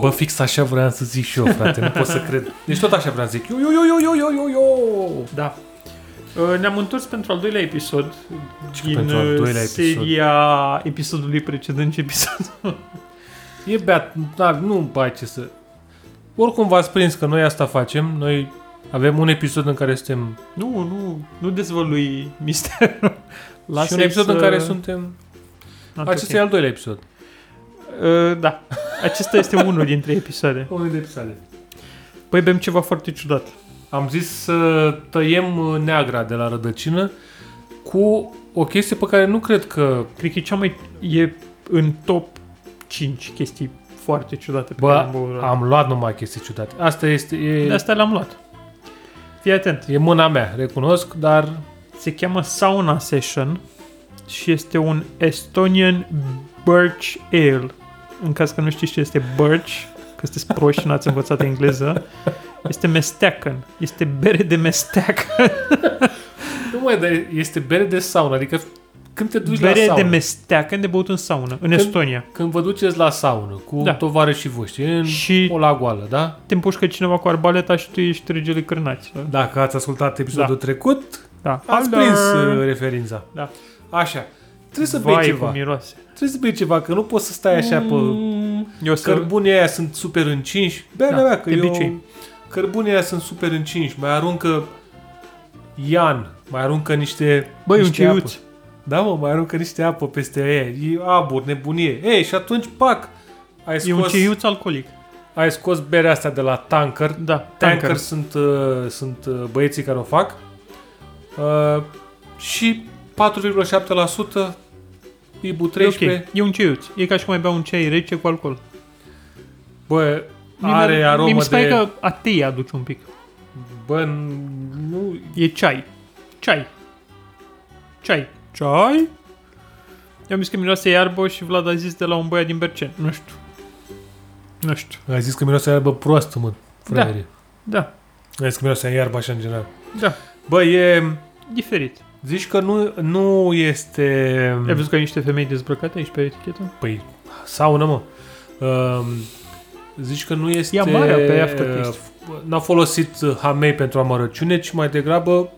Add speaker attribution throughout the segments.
Speaker 1: Bă, fix așa vreau să zic și eu, frate, nu pot să cred. Deci tot așa vreau să zic. Eu, eu, eu, eu, eu, eu, eu.
Speaker 2: Da. Uh, Ne-am întors pentru al doilea episod din
Speaker 1: pentru al
Speaker 2: uh,
Speaker 1: doilea episod?
Speaker 2: seria episodului precedent și episodul.
Speaker 1: E beat, da, nu mai ce să... Oricum v-ați prins că noi asta facem, noi avem un episod în care suntem
Speaker 2: Nu, nu, nu dezvălui misterul.
Speaker 1: Lasă și un episod în care suntem... Acesta e al doilea episod.
Speaker 2: Uh, Da, acesta este unul dintre episoade.
Speaker 1: Unul de episoade.
Speaker 2: Păi bem ceva foarte ciudat.
Speaker 1: Am zis să tăiem uh, neagra de la rădăcină cu o chestie pe care nu cred că...
Speaker 2: Cred că e cea mai... e în top 5 chestii foarte ciudate pe care
Speaker 1: Bă,
Speaker 2: am băut.
Speaker 1: am luat numai chestii ciudate. Asta este...
Speaker 2: De
Speaker 1: E,
Speaker 2: asta l-am luat. Fii atent.
Speaker 1: e mâna mea, recunosc, dar
Speaker 2: Se cheamă Sauna Session și este un Estonian Birch Ale. În caz că nu știți ce este Birch, că sunteți proști și n-ați învățat engleză, este mesteacan. Este bere de mesteac.
Speaker 1: Nu mai, dar este bere de saună, adică când te duci la
Speaker 2: Bere
Speaker 1: saună,
Speaker 2: de mesteacan de băut în saună, în Estonia.
Speaker 1: când vă duceți la saună cu
Speaker 2: Da.
Speaker 1: da. tovarășii voștri în
Speaker 2: Și-
Speaker 1: și... o lagoală, da?
Speaker 2: Te împușcă cineva cu arbaleta și tu ești regele cârnați.
Speaker 1: Dacă ați ascultat
Speaker 2: episodul
Speaker 1: trecut,
Speaker 2: Da.
Speaker 1: referința.
Speaker 2: Da.
Speaker 1: Așa. Trebuie uh, să bei
Speaker 2: Vai, cum
Speaker 1: ceva.
Speaker 2: miroase.
Speaker 1: Trebuie să bei ceva, că nu poți să stai așa pe...
Speaker 2: Eu să...
Speaker 1: Cărbunii aia sunt super încinși. Bea,
Speaker 2: Da,
Speaker 1: da, bea, că
Speaker 2: de
Speaker 1: eu...
Speaker 2: obicei.
Speaker 1: Cărbunii aia sunt super încinși. Mai aruncă Ian, mai aruncă niște
Speaker 2: Băi, un
Speaker 1: niște apă.
Speaker 2: ceiuț.
Speaker 1: Da, mă, mai aruncă niște apă peste ei, e abur, nebunie. Ei, și atunci, pac, ai
Speaker 2: E un
Speaker 1: scos,
Speaker 2: ceiuț alcoolic.
Speaker 1: ai scos berea asta de la tanker. Tanker,
Speaker 2: Da, tanker.
Speaker 1: sunt, uh, sunt uh, băieții care o fac. Uh, și 4,7% Ibu 13.
Speaker 2: E ok, e un ceiuț. E ca și cum ai bea un ceai rece cu alcool.
Speaker 1: Bă,
Speaker 2: Mie
Speaker 1: are
Speaker 2: mi-
Speaker 1: aromă
Speaker 2: mie mi se pare
Speaker 1: de...
Speaker 2: că atei aduce un pic.
Speaker 1: Bă, nu...
Speaker 2: E ceai. Ceai. Ceai. Ceai? I-am zis că miroase iarbă și Vlad a zis de la un băiat din Bercen. Nu știu. Nu știu.
Speaker 1: Ai zis că miroase iarbă proastă, mă, fraiere.
Speaker 2: Da,
Speaker 1: Da. Ai zis că miroase iarbă așa în general.
Speaker 2: da.
Speaker 1: Bă, e...
Speaker 2: Diferit.
Speaker 1: Zici că nu, nu este...
Speaker 2: Ai văzut că ai niște femei dezbrăcate aici pe etichetă?
Speaker 1: Păi, saună, mă. Um, zici că nu este...
Speaker 2: Ia marea pe aftertaste.
Speaker 1: uh, N-a folosit uh, hamei pentru amărăciune, ci mai degrabă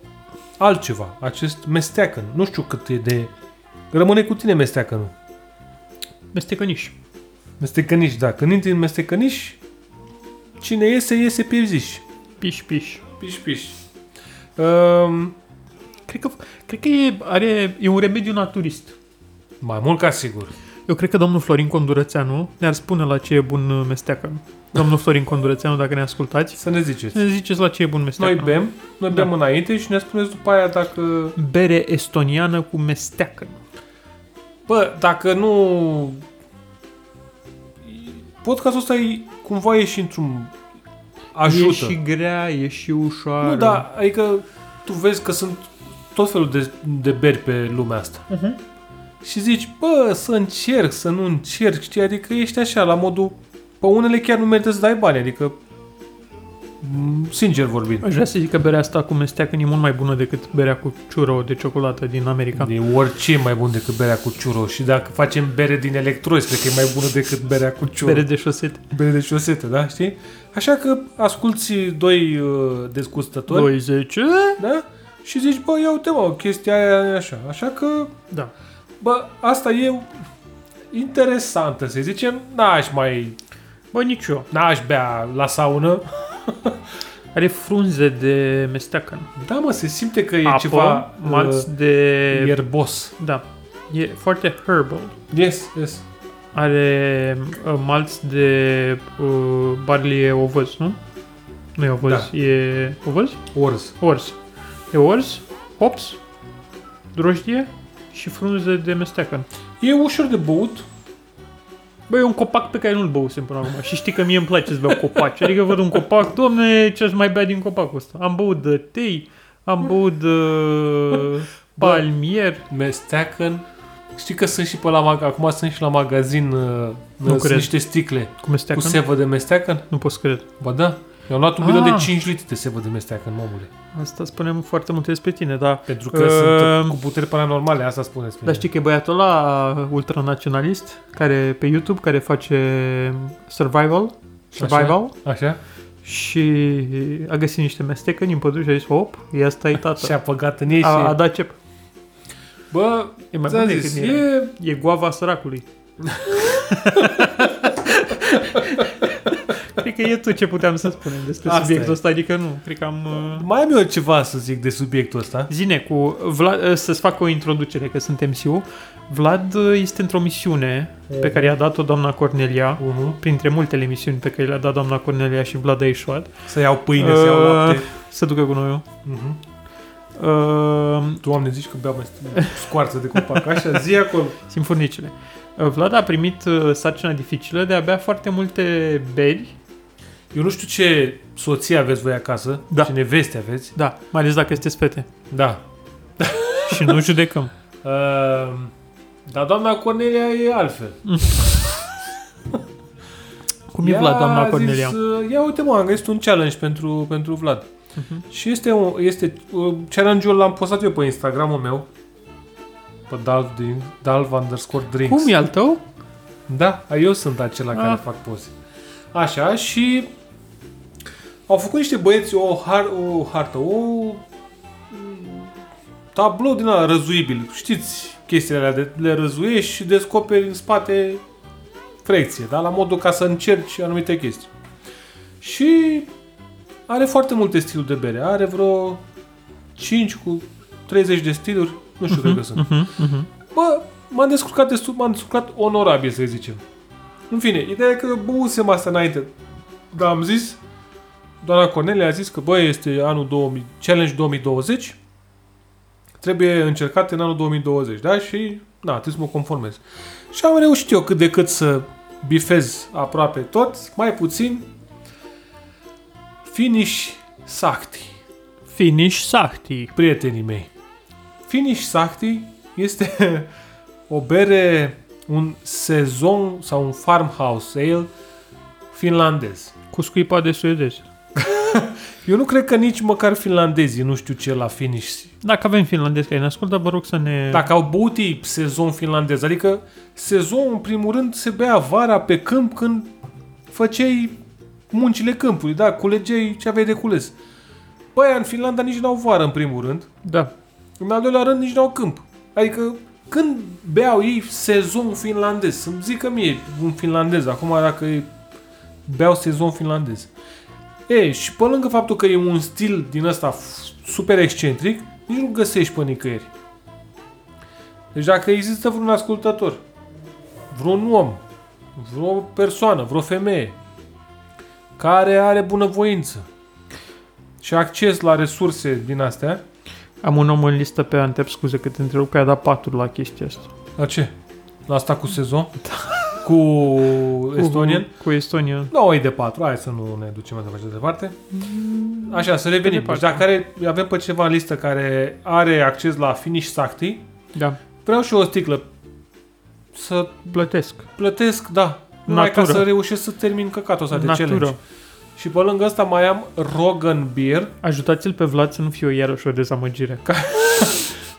Speaker 1: altceva. Acest mesteacăn. Nu știu cât e de... Rămâne cu tine mesteacănul.
Speaker 2: Mestecăniș.
Speaker 1: Mestecăniș, da. Când intri în mestecăniș, cine iese, iese pierziș.
Speaker 2: Piș, piș.
Speaker 1: Piș, piș. Um,
Speaker 2: Cred că, cred că e, are, e un remediu naturist.
Speaker 1: mai mult ca sigur.
Speaker 2: Eu cred că domnul Florin Condurățeanu ne-ar spune la ce e bun mesteacă. Domnul Florin Condurățeanu, dacă ne ascultați,
Speaker 1: Să ne ziceți.
Speaker 2: ne ziceți la ce e bun mesteacă.
Speaker 1: Noi bem, noi
Speaker 2: Da.
Speaker 1: bem înainte și ne spuneți după aia dacă...
Speaker 2: Bere estoniană cu mesteacă.
Speaker 1: Bă, dacă nu... Podcastul ăsta e, cumva e și într-un...
Speaker 2: E
Speaker 1: Ajută.
Speaker 2: și grea, e și ușoară.
Speaker 1: Nu, da, adică tu vezi că sunt tot felul de, de beri pe lumea asta.
Speaker 2: Mhm.
Speaker 1: Și zici, bă, să încerc, să nu încerc, știi? Adică ești așa, la modul... Pe unele chiar nu merită să dai bani, adică... m, Sincer vorbind.
Speaker 2: Aș vrea să zic că berea asta cu mesteacă e mult mai bună decât berea cu ciuro de ciocolată din America.
Speaker 1: E orice e mai bun decât berea cu ciuro și dacă facem bere din electrozi, cred că e mai bună decât berea cu ciuro.
Speaker 2: Bere de șosete.
Speaker 1: bere de șosete, da, știi? Așa că asculți doi uh, descustători,
Speaker 2: 20.
Speaker 1: da? Și zici, bă, ia uite mă, chestia aia e așa. Așa că,
Speaker 2: Da.
Speaker 1: bă, asta e interesantă, să zicem. N-aș mai,
Speaker 2: Bă, nici eu.
Speaker 1: n-aș bea la saună.
Speaker 2: Are frunze de mesteacă.
Speaker 1: Da, mă, se simte că e
Speaker 2: Apă,
Speaker 1: ceva
Speaker 2: malț de...
Speaker 1: uh, ierbos.
Speaker 2: Da. E foarte herbal.
Speaker 1: Yes, yes.
Speaker 2: Are uh, malț de uh, barlie ovăz, nu? Nu e ovăz, da. e ovăz?
Speaker 1: Orz.
Speaker 2: Orz. E orz, hops, drojdie și frunze de mesteacă.
Speaker 1: E ușor de băut.
Speaker 2: Băi, e un copac pe care nu-l băusem până acum și știi că mie îmi place să beau copaci. Adică văd un copac, domne, ce aș mai bea din copacul ăsta? Am băut de tei, am băut de palmier,
Speaker 1: Mesteacăn Știi că sunt și pe la mag- acum sunt și la magazin uh, sunt
Speaker 2: cred.
Speaker 1: niște sticle
Speaker 2: Cu mesteacă?
Speaker 1: cu sevă de mesteacă?
Speaker 2: Nu pot să cred.
Speaker 1: Ba da. Eu am luat un bidon
Speaker 2: Ah.
Speaker 1: de 5 litri de sevă de mesteacă, omule.
Speaker 2: Asta spunem foarte multe despre tine, dar...
Speaker 1: Pentru că sunt cu puteri paranormale, asta spuneți.
Speaker 2: Dar știi că e băiatul ăla ultranaționalist care pe YouTube care face survival, survival
Speaker 1: Așa?
Speaker 2: și a găsit niște mestecăni în pădure și a zis, hop, ia asta e tată.
Speaker 1: Și a păgat în ei și...
Speaker 2: Da. A, a dat cep.
Speaker 1: Bă,
Speaker 2: E mai
Speaker 1: ți-am
Speaker 2: bun
Speaker 1: zis,
Speaker 2: decât e...
Speaker 1: e...
Speaker 2: e guava săracului. cred că e tot ce puteam să spunem despre
Speaker 1: Asta
Speaker 2: subiectul
Speaker 1: e.
Speaker 2: ăsta, adică nu, cred că am... uh,
Speaker 1: Mai am eu ceva să zic de subiectul ăsta.
Speaker 2: Zine, cu Vlad, să-ți fac o introducere, că sunt MCU. Vlad uh, este într-o misiune pe care i-a dat-o doamna Cornelia,
Speaker 1: Unu.
Speaker 2: printre multele misiuni pe care le-a dat doamna Cornelia și Vlad Aișoat,
Speaker 1: Să iau pâine, să iau lapte.
Speaker 2: Uh. să ducă cu noi.
Speaker 1: Ehm. Mhm.
Speaker 2: Uh,
Speaker 1: Doamne, zici că beau mai scoarță de copac. Așa, zi acolo.
Speaker 2: simfurnicile. Uh, Vlad a primit uh, sarcina dificilă de a bea foarte multe beri,
Speaker 1: Eu nu știu ce soție aveți voi acasă,
Speaker 2: Da.
Speaker 1: ce neveste aveți.
Speaker 2: da, mai ales dacă este fete.
Speaker 1: Da.
Speaker 2: Și nu judecăm.
Speaker 1: Uh, dar doamna Cornelia e altfel.
Speaker 2: Cum e
Speaker 1: Ea
Speaker 2: Vlad,
Speaker 1: a
Speaker 2: doamna
Speaker 1: zis,
Speaker 2: Cornelia?
Speaker 1: uh, ia uite mă, am găsit un challenge pentru, pentru Vlad.
Speaker 2: Mhm.
Speaker 1: Și este, un, este uh, challenge-ul l-am postat eu pe Instagramul meu. Pe Dalv, din, Dalv underscore drinks.
Speaker 2: Cum e al tău?
Speaker 1: Da, eu sunt acela
Speaker 2: Ah.
Speaker 1: care fac poze. Așa, și au făcut niște băieți o, har, o hartă, o mm, tablou din ăla răzuibil. Știți chestiile alea, de, le răzuiești și descoperi în spate frecție, da? la modul ca să încerci anumite chestii. Și are foarte multe stiluri de bere. Are vreo 5 cu 30 de stiluri. Nu știu, cred că sunt.
Speaker 2: Mhm, mhm.
Speaker 1: Bă, m-am descurcat destul, m-am descurcat onorabil, să zicem. În fine, ideea e că eu băusem asta înainte. Dar am zis, doamna Cornelia a zis că, bă, este anul 2000, challenge 2020, trebuie încercat în anul 2020, da? Și, na, trebuie să mă conformez. Și am reușit eu cât de cât să bifez aproape tot, mai puțin. Finish Sacti
Speaker 2: Finish Sahti.
Speaker 1: prietenii mei. Finish Sahti este o bere, un sezon sau un farmhouse ale finlandez.
Speaker 2: Cu scuipa de suedez.
Speaker 1: Eu nu cred că nici măcar finlandezii nu știu ce la finish.
Speaker 2: Dacă avem finlandez care ne ascultă, vă rog să ne...
Speaker 1: Dacă au băut ei sezon finlandez, adică sezon în primul rând se bea vara pe câmp când făceai muncile câmpului, da, culegeai ce aveai de cules. Băi, în Finlanda nici n-au vară în primul rând,
Speaker 2: Da.
Speaker 1: În al doilea rând, nici n-au câmp. Adică, când beau ei sezon finlandez, să-mi zică mie un finlandez, acum dacă e- beau sezon finlandez. E, și pe lângă faptul că e un stil din ăsta f- super excentric, nici nu găsești pe nicăieri. Deci dacă există vreun ascultător, vreun om, vreo persoană, vreo femeie, care are bunăvoință și acces la resurse din astea,
Speaker 2: Am un om în listă pe Antep, scuze că te întrerup, că i-a dat 4 la chestia asta.
Speaker 1: La ce? La asta cu sezon? Cu Estonian?
Speaker 2: Da. Cu, cu Estonian.
Speaker 1: Nu, e de 4, hai să nu ne ducem mai departe- departe. Așa, să revenim.
Speaker 2: Mm. departe.
Speaker 1: Deci dacă are, avem pe cineva în listă care are acces la Finish Sacti,
Speaker 2: Da.
Speaker 1: vreau și eu o sticlă să
Speaker 2: Plătesc.
Speaker 1: plătesc, da, numai ca
Speaker 2: Natură.
Speaker 1: să reușesc să termin căcatul ăsta de
Speaker 2: Natură.
Speaker 1: challenge. Și pe lângă asta mai am Rogan Beer,
Speaker 2: Ajutați-l pe Vlad să nu fie o iarăși o dezamăgire. Ca...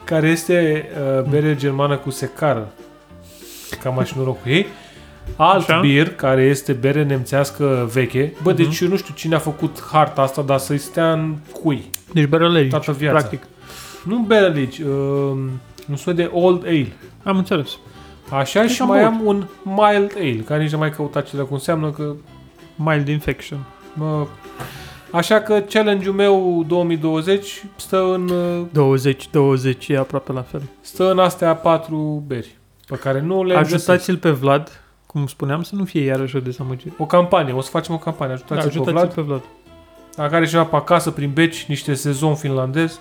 Speaker 1: care este uh, bere germană cu secară. Cam așa noroc cu ei. Alt
Speaker 2: Așa.
Speaker 1: Așa? bir, care este bere nemțească veche. Bă,
Speaker 2: Mhm.
Speaker 1: deci eu nu știu cine a făcut harta asta, dar să-i stea în cui.
Speaker 2: Deci berălerici,
Speaker 1: Toată viața.
Speaker 2: practic.
Speaker 1: Nu bere aici, uh, un soi de old ale.
Speaker 2: Am înțeles.
Speaker 1: Așa
Speaker 2: Cred
Speaker 1: și
Speaker 2: că Deci am
Speaker 1: mai
Speaker 2: băut.
Speaker 1: am un mild ale, care nici n-am mai căutat ce dacă înseamnă că...
Speaker 2: Mild infection.
Speaker 1: Bă, Așa că challenge-ul meu 2020 stă în, uh,
Speaker 2: 20-20 e aproape la fel.
Speaker 1: stă în astea patru beri pe care nu le găsesc.
Speaker 2: Ajutați-l pe Vlad, cum spuneam, să nu fie iarăși o dezamăgire.
Speaker 1: O campanie, o să facem o campanie.
Speaker 2: Da,
Speaker 1: Ajutați-l pe
Speaker 2: ajutați-l
Speaker 1: Vlad.
Speaker 2: pe Vlad.
Speaker 1: Dacă are cineva pe acasă, prin beci, niște sezon finlandez,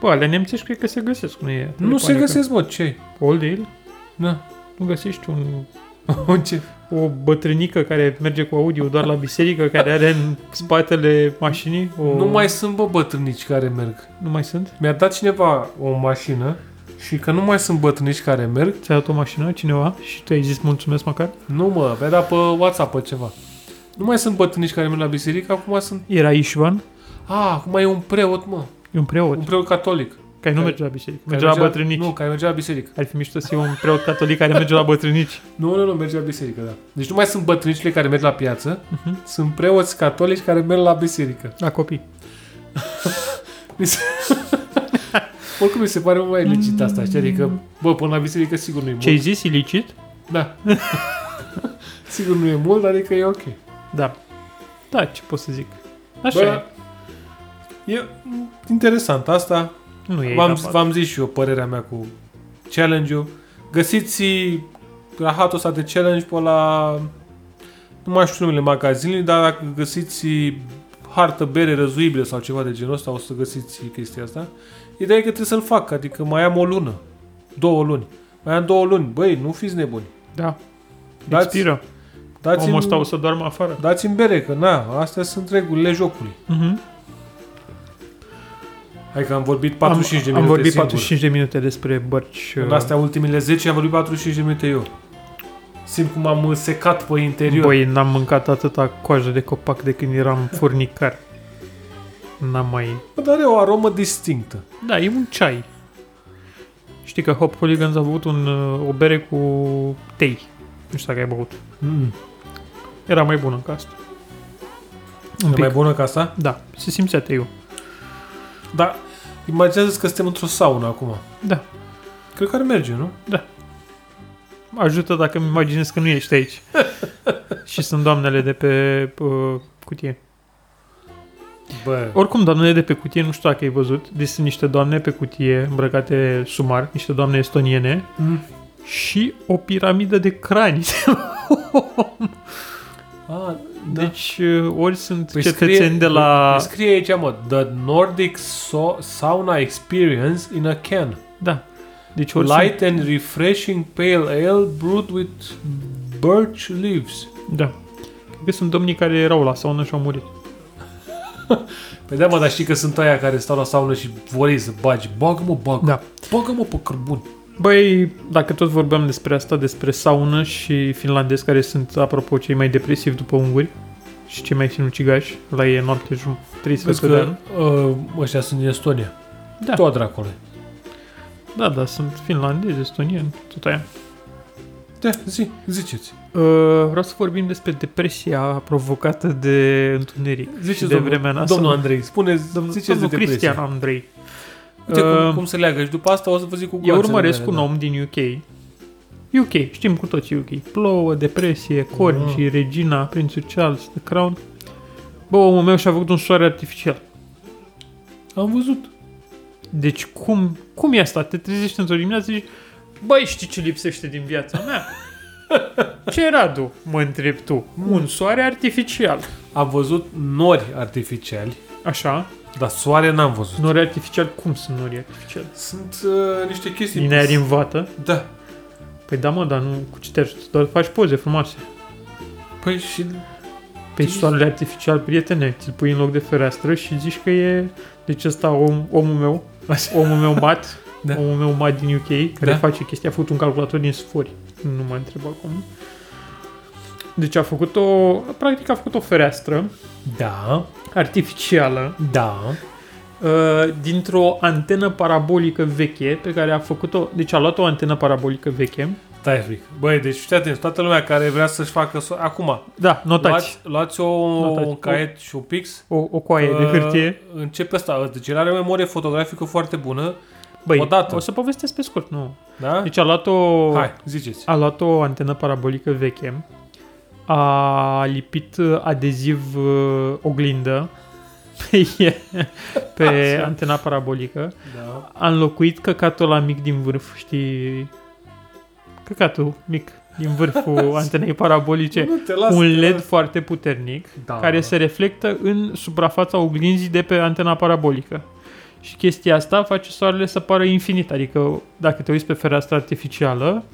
Speaker 2: Bă, ale nemțești cred că se găsesc, nu e?
Speaker 1: nu
Speaker 2: e
Speaker 1: se
Speaker 2: panică.
Speaker 1: găsesc, mă, ce
Speaker 2: Old ale?
Speaker 1: Da.
Speaker 2: Nu găsești un
Speaker 1: ce?
Speaker 2: o bătrânică care merge cu audio doar la biserică, care are în spatele mașinii. O...
Speaker 1: Nu mai sunt, bă, bătrânici care merg.
Speaker 2: nu mai sunt?
Speaker 1: Mi-a dat cineva o mașină Și că nu mai sunt bătrânici care merg.
Speaker 2: Ți-a dat o mașină cineva și tu ai zis mulțumesc măcar?
Speaker 1: Nu mă, vedea pe WhatsApp pe ceva. Nu mai sunt bătrânici care merg la biserică, acum sunt...
Speaker 2: Era Ișvan,
Speaker 1: A, acum e un preot, mă.
Speaker 2: e un preot,
Speaker 1: Un preot catolic.
Speaker 2: care nu
Speaker 1: care-
Speaker 2: merge la biserică,
Speaker 1: Care
Speaker 2: merge la bătrânici.
Speaker 1: Nu, care merge la biserică.
Speaker 2: Ar fi mișto să fie un preot catolic care merge la bătrânici.
Speaker 1: Nu, nu, nu, merge la biserică, da. Deci nu mai sunt bătrânicile care merg la piață,
Speaker 2: Mhm.
Speaker 1: sunt preoți catolici care merg la biserică.
Speaker 2: La copii.
Speaker 1: Mi se... Oricum mi se pare mult mai legit asta, știi? Adică, bă, până la biserică sigur nu e
Speaker 2: Ce ai
Speaker 1: mult.
Speaker 2: zis, ilicit?
Speaker 1: Da. sigur nu e mult, adică e ok.
Speaker 2: Da. Da, ce pot să zic. Așa
Speaker 1: Bă, e mm, interesant asta.
Speaker 2: e. Nu e
Speaker 1: V-am,
Speaker 2: rabat.
Speaker 1: v-am zis și eu părerea mea cu challenge-ul. Găsiți rahatul ăsta de challenge pe la... Nu mai știu numele magazinului, dar dacă găsiți hartă bere răzuibile sau ceva de genul ăsta, o să găsiți chestia asta. Ideea e că trebuie să-l fac, adică mai am o lună, două luni. Mai am două luni. Băi, nu fiți nebuni.
Speaker 2: Da.
Speaker 1: Dați-
Speaker 2: Expiră. Omul ăsta o
Speaker 1: Dați-mi,
Speaker 2: să doarmă afară.
Speaker 1: dați-mi bere, că na, astea sunt regulile jocului.
Speaker 2: Mhm.
Speaker 1: Hai că am vorbit 45 de
Speaker 2: am,
Speaker 1: minute
Speaker 2: am vorbit
Speaker 1: singur.
Speaker 2: 45 de minute despre bărci. uh,
Speaker 1: În astea ultimile 10 am vorbit 45 de minute eu. Simt cum am uh, secat pe interior.
Speaker 2: Băi, n-am mâncat atâta coajă de copac de când eram furnicar. N-am mai...
Speaker 1: Dar are o aromă distinctă.
Speaker 2: Da, e un ceai. Știi că Hop Hooligans a avut un, uh, o bere cu tei. Nu știu dacă ai băut.
Speaker 1: Mm.
Speaker 2: Era mai bună ca asta. Un
Speaker 1: E
Speaker 2: pic.
Speaker 1: mai bună ca asta?
Speaker 2: Da, se simțea teiul.
Speaker 1: Da. Imaginează-ți că suntem într-o saună acum.
Speaker 2: Da,
Speaker 1: Cred că ar merge, nu?
Speaker 2: ajută dacă îmi imaginez că nu ești aici. Și sunt doamnele de pe uh, cutie.
Speaker 1: Bă.
Speaker 2: Oricum, doamnele de pe cutie, nu știu dacă ai văzut, deci sunt niște doamne pe cutie îmbrăcate sumar, niște doamne estoniene,
Speaker 1: Mm.
Speaker 2: și o piramidă de crani.
Speaker 1: A, da.
Speaker 2: Deci, uh, ori sunt cetățeni de la...
Speaker 1: păi Scrie aici, mă, The Nordic so- Sauna Experience in a Can.
Speaker 2: Da. Deci ori
Speaker 1: Light and refreshing pale ale brewed with birch leaves.
Speaker 2: Sunt... Da. Cred că sunt domnii care erau la saună și au murit.
Speaker 1: Păi da, mă, dar știi că sunt aia care stau la saună și vor ei să bagi. Bagă-mă, bagă.
Speaker 2: Da.
Speaker 1: Bagă-mă pe cărbun.
Speaker 2: Băi, dacă tot vorbeam despre asta, despre saună și finlandezi care sunt, apropo, cei mai depresivi după unguri și cei mai sinucigași, la ei e noapte jum, 300
Speaker 1: Vezi
Speaker 2: de ani.
Speaker 1: că uh, ăștia sunt din Estonia.
Speaker 2: Da.
Speaker 1: Tot dracule.
Speaker 2: Da, da, sunt finlandezi, estonieni, tot aia.
Speaker 1: Da, zi, ziceți.
Speaker 2: Uh, vreau să vorbim despre depresia provocată de întuneric și
Speaker 1: Ziceți,
Speaker 2: de vremea noastră.
Speaker 1: Domnul Andrei, spuneți,
Speaker 2: domnul,
Speaker 1: ziceți
Speaker 2: domnul
Speaker 1: de depresie.
Speaker 2: Cristian Andrei.
Speaker 1: Uite cum,
Speaker 2: Uh,
Speaker 1: cum se leagă și după asta o să vă zic cu
Speaker 2: Eu
Speaker 1: gloanțele
Speaker 2: urmăresc
Speaker 1: mele,
Speaker 2: un
Speaker 1: da.
Speaker 2: om din UK. UK, știm cu toții UK. Plouă, depresie, corgi,
Speaker 1: Mhm.
Speaker 2: regina, prințul Charles, The Crown. Bă, omul meu și-a făcut un soare artificial.
Speaker 1: Am văzut.
Speaker 2: Deci cum, cum e asta? Te trezești într-o dimineață și zici Băi, știi ce lipsește din viața mea? ce, Radu? Mă întreb tu. Un soare artificial.
Speaker 1: Am văzut nori artificiali,
Speaker 2: Așa.
Speaker 1: dar soare n-am văzut.
Speaker 2: Nori artificial? Cum sunt nori artificial?
Speaker 1: Sunt uh, niște chestii.
Speaker 2: Din aer în vată?
Speaker 1: Da.
Speaker 2: Păi da, mă, dar nu cu ce te ajută? Doar faci poze frumoase.
Speaker 1: Păi și...
Speaker 2: Pe Păi, soarele artificial, prietene, ți-l pui în loc de fereastră și zici că e... Deci ăsta, om, omul meu,
Speaker 1: Așa.
Speaker 2: omul meu mat,
Speaker 1: Da.
Speaker 2: da. omul meu mat din UK, care
Speaker 1: Da.
Speaker 2: da. face chestia, a făcut un calculator din sfori. Nu mă întreb acum. Deci a făcut o... Practic a făcut o fereastră
Speaker 1: Da,
Speaker 2: artificială
Speaker 1: da.
Speaker 2: uh, dintr-o antenă parabolică veche pe care a făcut-o... Deci a luat o antenă parabolică veche.
Speaker 1: Stai fric. Băi, deci fii atent, toată lumea care vrea să-și facă... So- Acum,
Speaker 2: Da, notați.
Speaker 1: luați, luați o,
Speaker 2: Notați.
Speaker 1: un caiet și un pix.
Speaker 2: O, o coaie de
Speaker 1: Uh,
Speaker 2: hârtie.
Speaker 1: Începe asta. Deci el are o memorie fotografică foarte bună.
Speaker 2: Băi,
Speaker 1: odată.
Speaker 2: o să povestesc pe scurt, nu.
Speaker 1: Da?
Speaker 2: Deci a luat o...
Speaker 1: Hai, ziceți.
Speaker 2: A luat o antenă parabolică veche, a lipit uh, adeziv uh, oglindă pe, e- pe
Speaker 1: Așa.
Speaker 2: antena parabolică,
Speaker 1: Da.
Speaker 2: a înlocuit căcatul la mic din vârf, știi? Căcatul mic din vârful antenei parabolice.
Speaker 1: Nu te las,
Speaker 2: Un
Speaker 1: te
Speaker 2: LED
Speaker 1: las.
Speaker 2: foarte puternic
Speaker 1: Da.
Speaker 2: Ah. care se reflectă în suprafața oglinzii de pe antena parabolică. Și chestia asta face soarele să pară infinit, adică dacă te uiți pe fereastra artificială,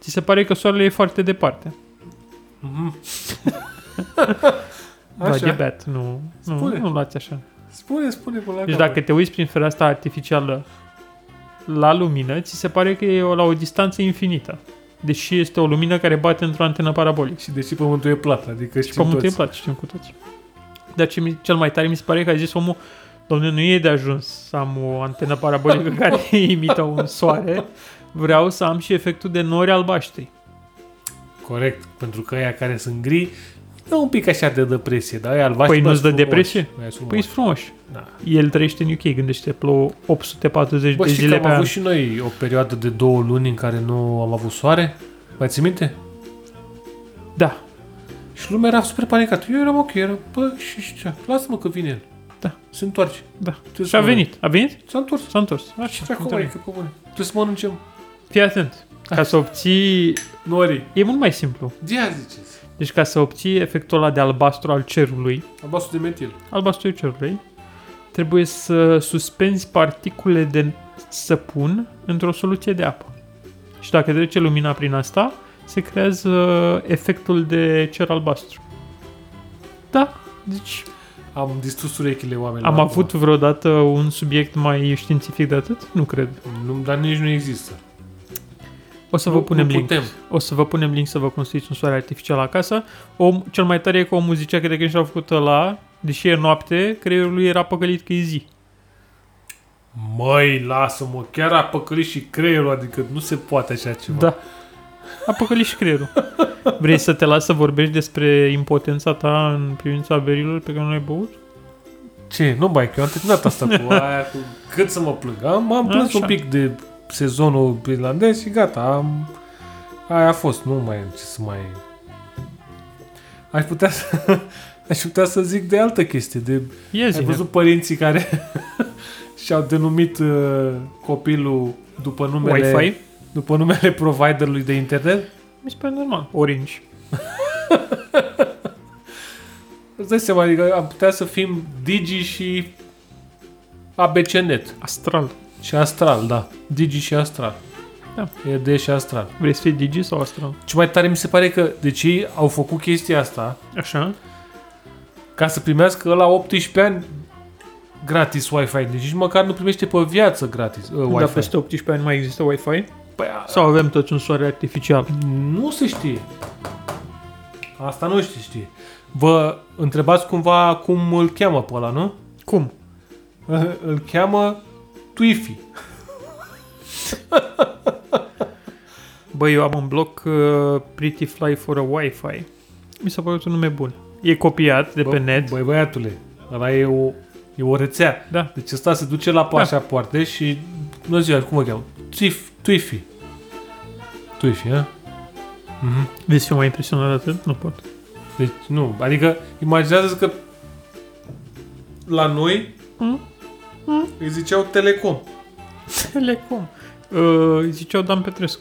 Speaker 2: ți se pare că soarele e foarte departe.
Speaker 1: Mhm.
Speaker 2: Așa.
Speaker 1: Așa.
Speaker 2: Dar Da, e bet, nu, nu,
Speaker 1: Spune.
Speaker 2: nu luați așa.
Speaker 1: Spune, spune până la
Speaker 2: Deci
Speaker 1: capăt.
Speaker 2: dacă te uiți prin fereastra artificială la lumină, ți se pare că e o- la o distanță infinită. Deși este o lumină care bate într-o antenă parabolică.
Speaker 1: Și deși pământul e plat, adică știm
Speaker 2: Și Deci pământul e
Speaker 1: toți.
Speaker 2: plat, știm cu toți. Dar ce mi, cel mai tare mi se pare că a zis omul, domne, nu e de ajuns să am o antenă parabolică care imită un soare, vreau să am și efectul de nori albaștri.
Speaker 1: Corect, pentru că aia care sunt gri, dă un pic așa de depresie, da? dar aia albaștri
Speaker 2: Păi nu-ți dă depresie? Păi e
Speaker 1: Păi,
Speaker 2: frumos.
Speaker 1: da.
Speaker 2: El trăiește în UK, gândește, plouă 840
Speaker 1: Bă,
Speaker 2: de
Speaker 1: știi că
Speaker 2: zile
Speaker 1: am
Speaker 2: pe an.
Speaker 1: avut și noi o perioadă de două luni în care nu am avut soare? Mai ții minte?
Speaker 2: Da,
Speaker 1: Și lumea era super panicată. Eu eram ok, eram, bă, și, și ce? Lasă-mă că vine el.
Speaker 2: Da.
Speaker 1: Se întoarce.
Speaker 2: da.
Speaker 1: Tu
Speaker 2: Și a venit. A venit?
Speaker 1: S-a întors.
Speaker 2: S-a întors.
Speaker 1: Și
Speaker 2: Așa,
Speaker 1: dracu mai e
Speaker 2: uite-l.
Speaker 1: că pe bune. Trebuie să mănâncem.
Speaker 2: Fii atent. Ca să obții...
Speaker 1: Nori.
Speaker 2: E mult mai simplu.
Speaker 1: De ziceți.
Speaker 2: Deci ca să obții efectul ăla de albastru al cerului,
Speaker 1: Albasul de metil.
Speaker 2: albastru cerului, trebuie să suspenzi particule de săpun într-o soluție de apă. Și dacă trece lumina prin asta, se creează efectul de cer albastru. Da, deci
Speaker 1: Am distrus urechile oamenilor.
Speaker 2: am
Speaker 1: acum.
Speaker 2: avut vreodată un subiect mai științific de atât? Nu cred.
Speaker 1: Nu, dar nici nu există.
Speaker 2: O să
Speaker 1: nu,
Speaker 2: vă punem
Speaker 1: nu
Speaker 2: link.
Speaker 1: putem.
Speaker 2: O să vă punem link să vă construiți un soare artificial acasă. Om, cel mai tare e că omul zicea că de când și-a făcut la, deși e noapte, creierul lui era păcălit că e zi.
Speaker 1: Măi, lasă-mă, chiar a păcălit și creierul, adică nu se poate așa ceva.
Speaker 2: Da. A păcălit și creierul. Vrei să te las să vorbești despre impotența ta în privința berilor pe care nu le-ai băut?
Speaker 1: Ce? Nu mai, că eu am terminat asta cu aia, cu cât să mă plâng. Am, am plâns
Speaker 2: Așa.
Speaker 1: un pic de sezonul irlandez și gata, am... Aia a fost, nu mai am ce să mai... Aș putea să... Aș putea să zic de altă chestie, de...
Speaker 2: Ia
Speaker 1: Ai
Speaker 2: zi
Speaker 1: văzut părinții care și-au denumit uh, copilul după numele,
Speaker 2: Wi-Fi?
Speaker 1: după numele providerului de internet?
Speaker 2: Mi se pare normal. Orange.
Speaker 1: Îți dai seama, adică am putea să fim Digi și ABCNet.
Speaker 2: Astral.
Speaker 1: Și Astral, da. Digi și Astral.
Speaker 2: Da.
Speaker 1: E de și Astral.
Speaker 2: Vrei să fii digi sau astral?
Speaker 1: Ce mai tare mi se pare că, deci ei au făcut chestia asta
Speaker 2: Așa.
Speaker 1: ca să primească la 18 ani gratis Wi-Fi. Deci nici măcar nu primește pe viață gratis uh, Wi-Fi.
Speaker 2: Dar Da, peste 18 ani mai există Wi-Fi?
Speaker 1: Păi, a-
Speaker 2: Sau avem toți un soare artificial?
Speaker 1: Nu se știe. Asta nu se știe. Vă întrebați cumva cum îl cheamă pe ăla, nu? Ă,
Speaker 2: Cum?
Speaker 1: Îl cheamă Twifi.
Speaker 2: Băi, eu am un bloc uh, Pretty Fly for a Wi-Fi. Mi s-a părut un nume bun. E copiat de pe net.
Speaker 1: Băi băiatule, ăla e o, e o rețea.
Speaker 2: Da.
Speaker 1: Deci ăsta se duce la pașapoarte și... Nu ziua, cum o cheamă? Twif, Twifi. Twifi, a? Mhm.
Speaker 2: Vezi fi mai impresionat de atât? Nu pot.
Speaker 1: Deci nu, adică imaginează că la noi
Speaker 2: Mhm.
Speaker 1: îi ziceau Telecom.
Speaker 2: Telecom. Uh, ziceau Dan Petrescu.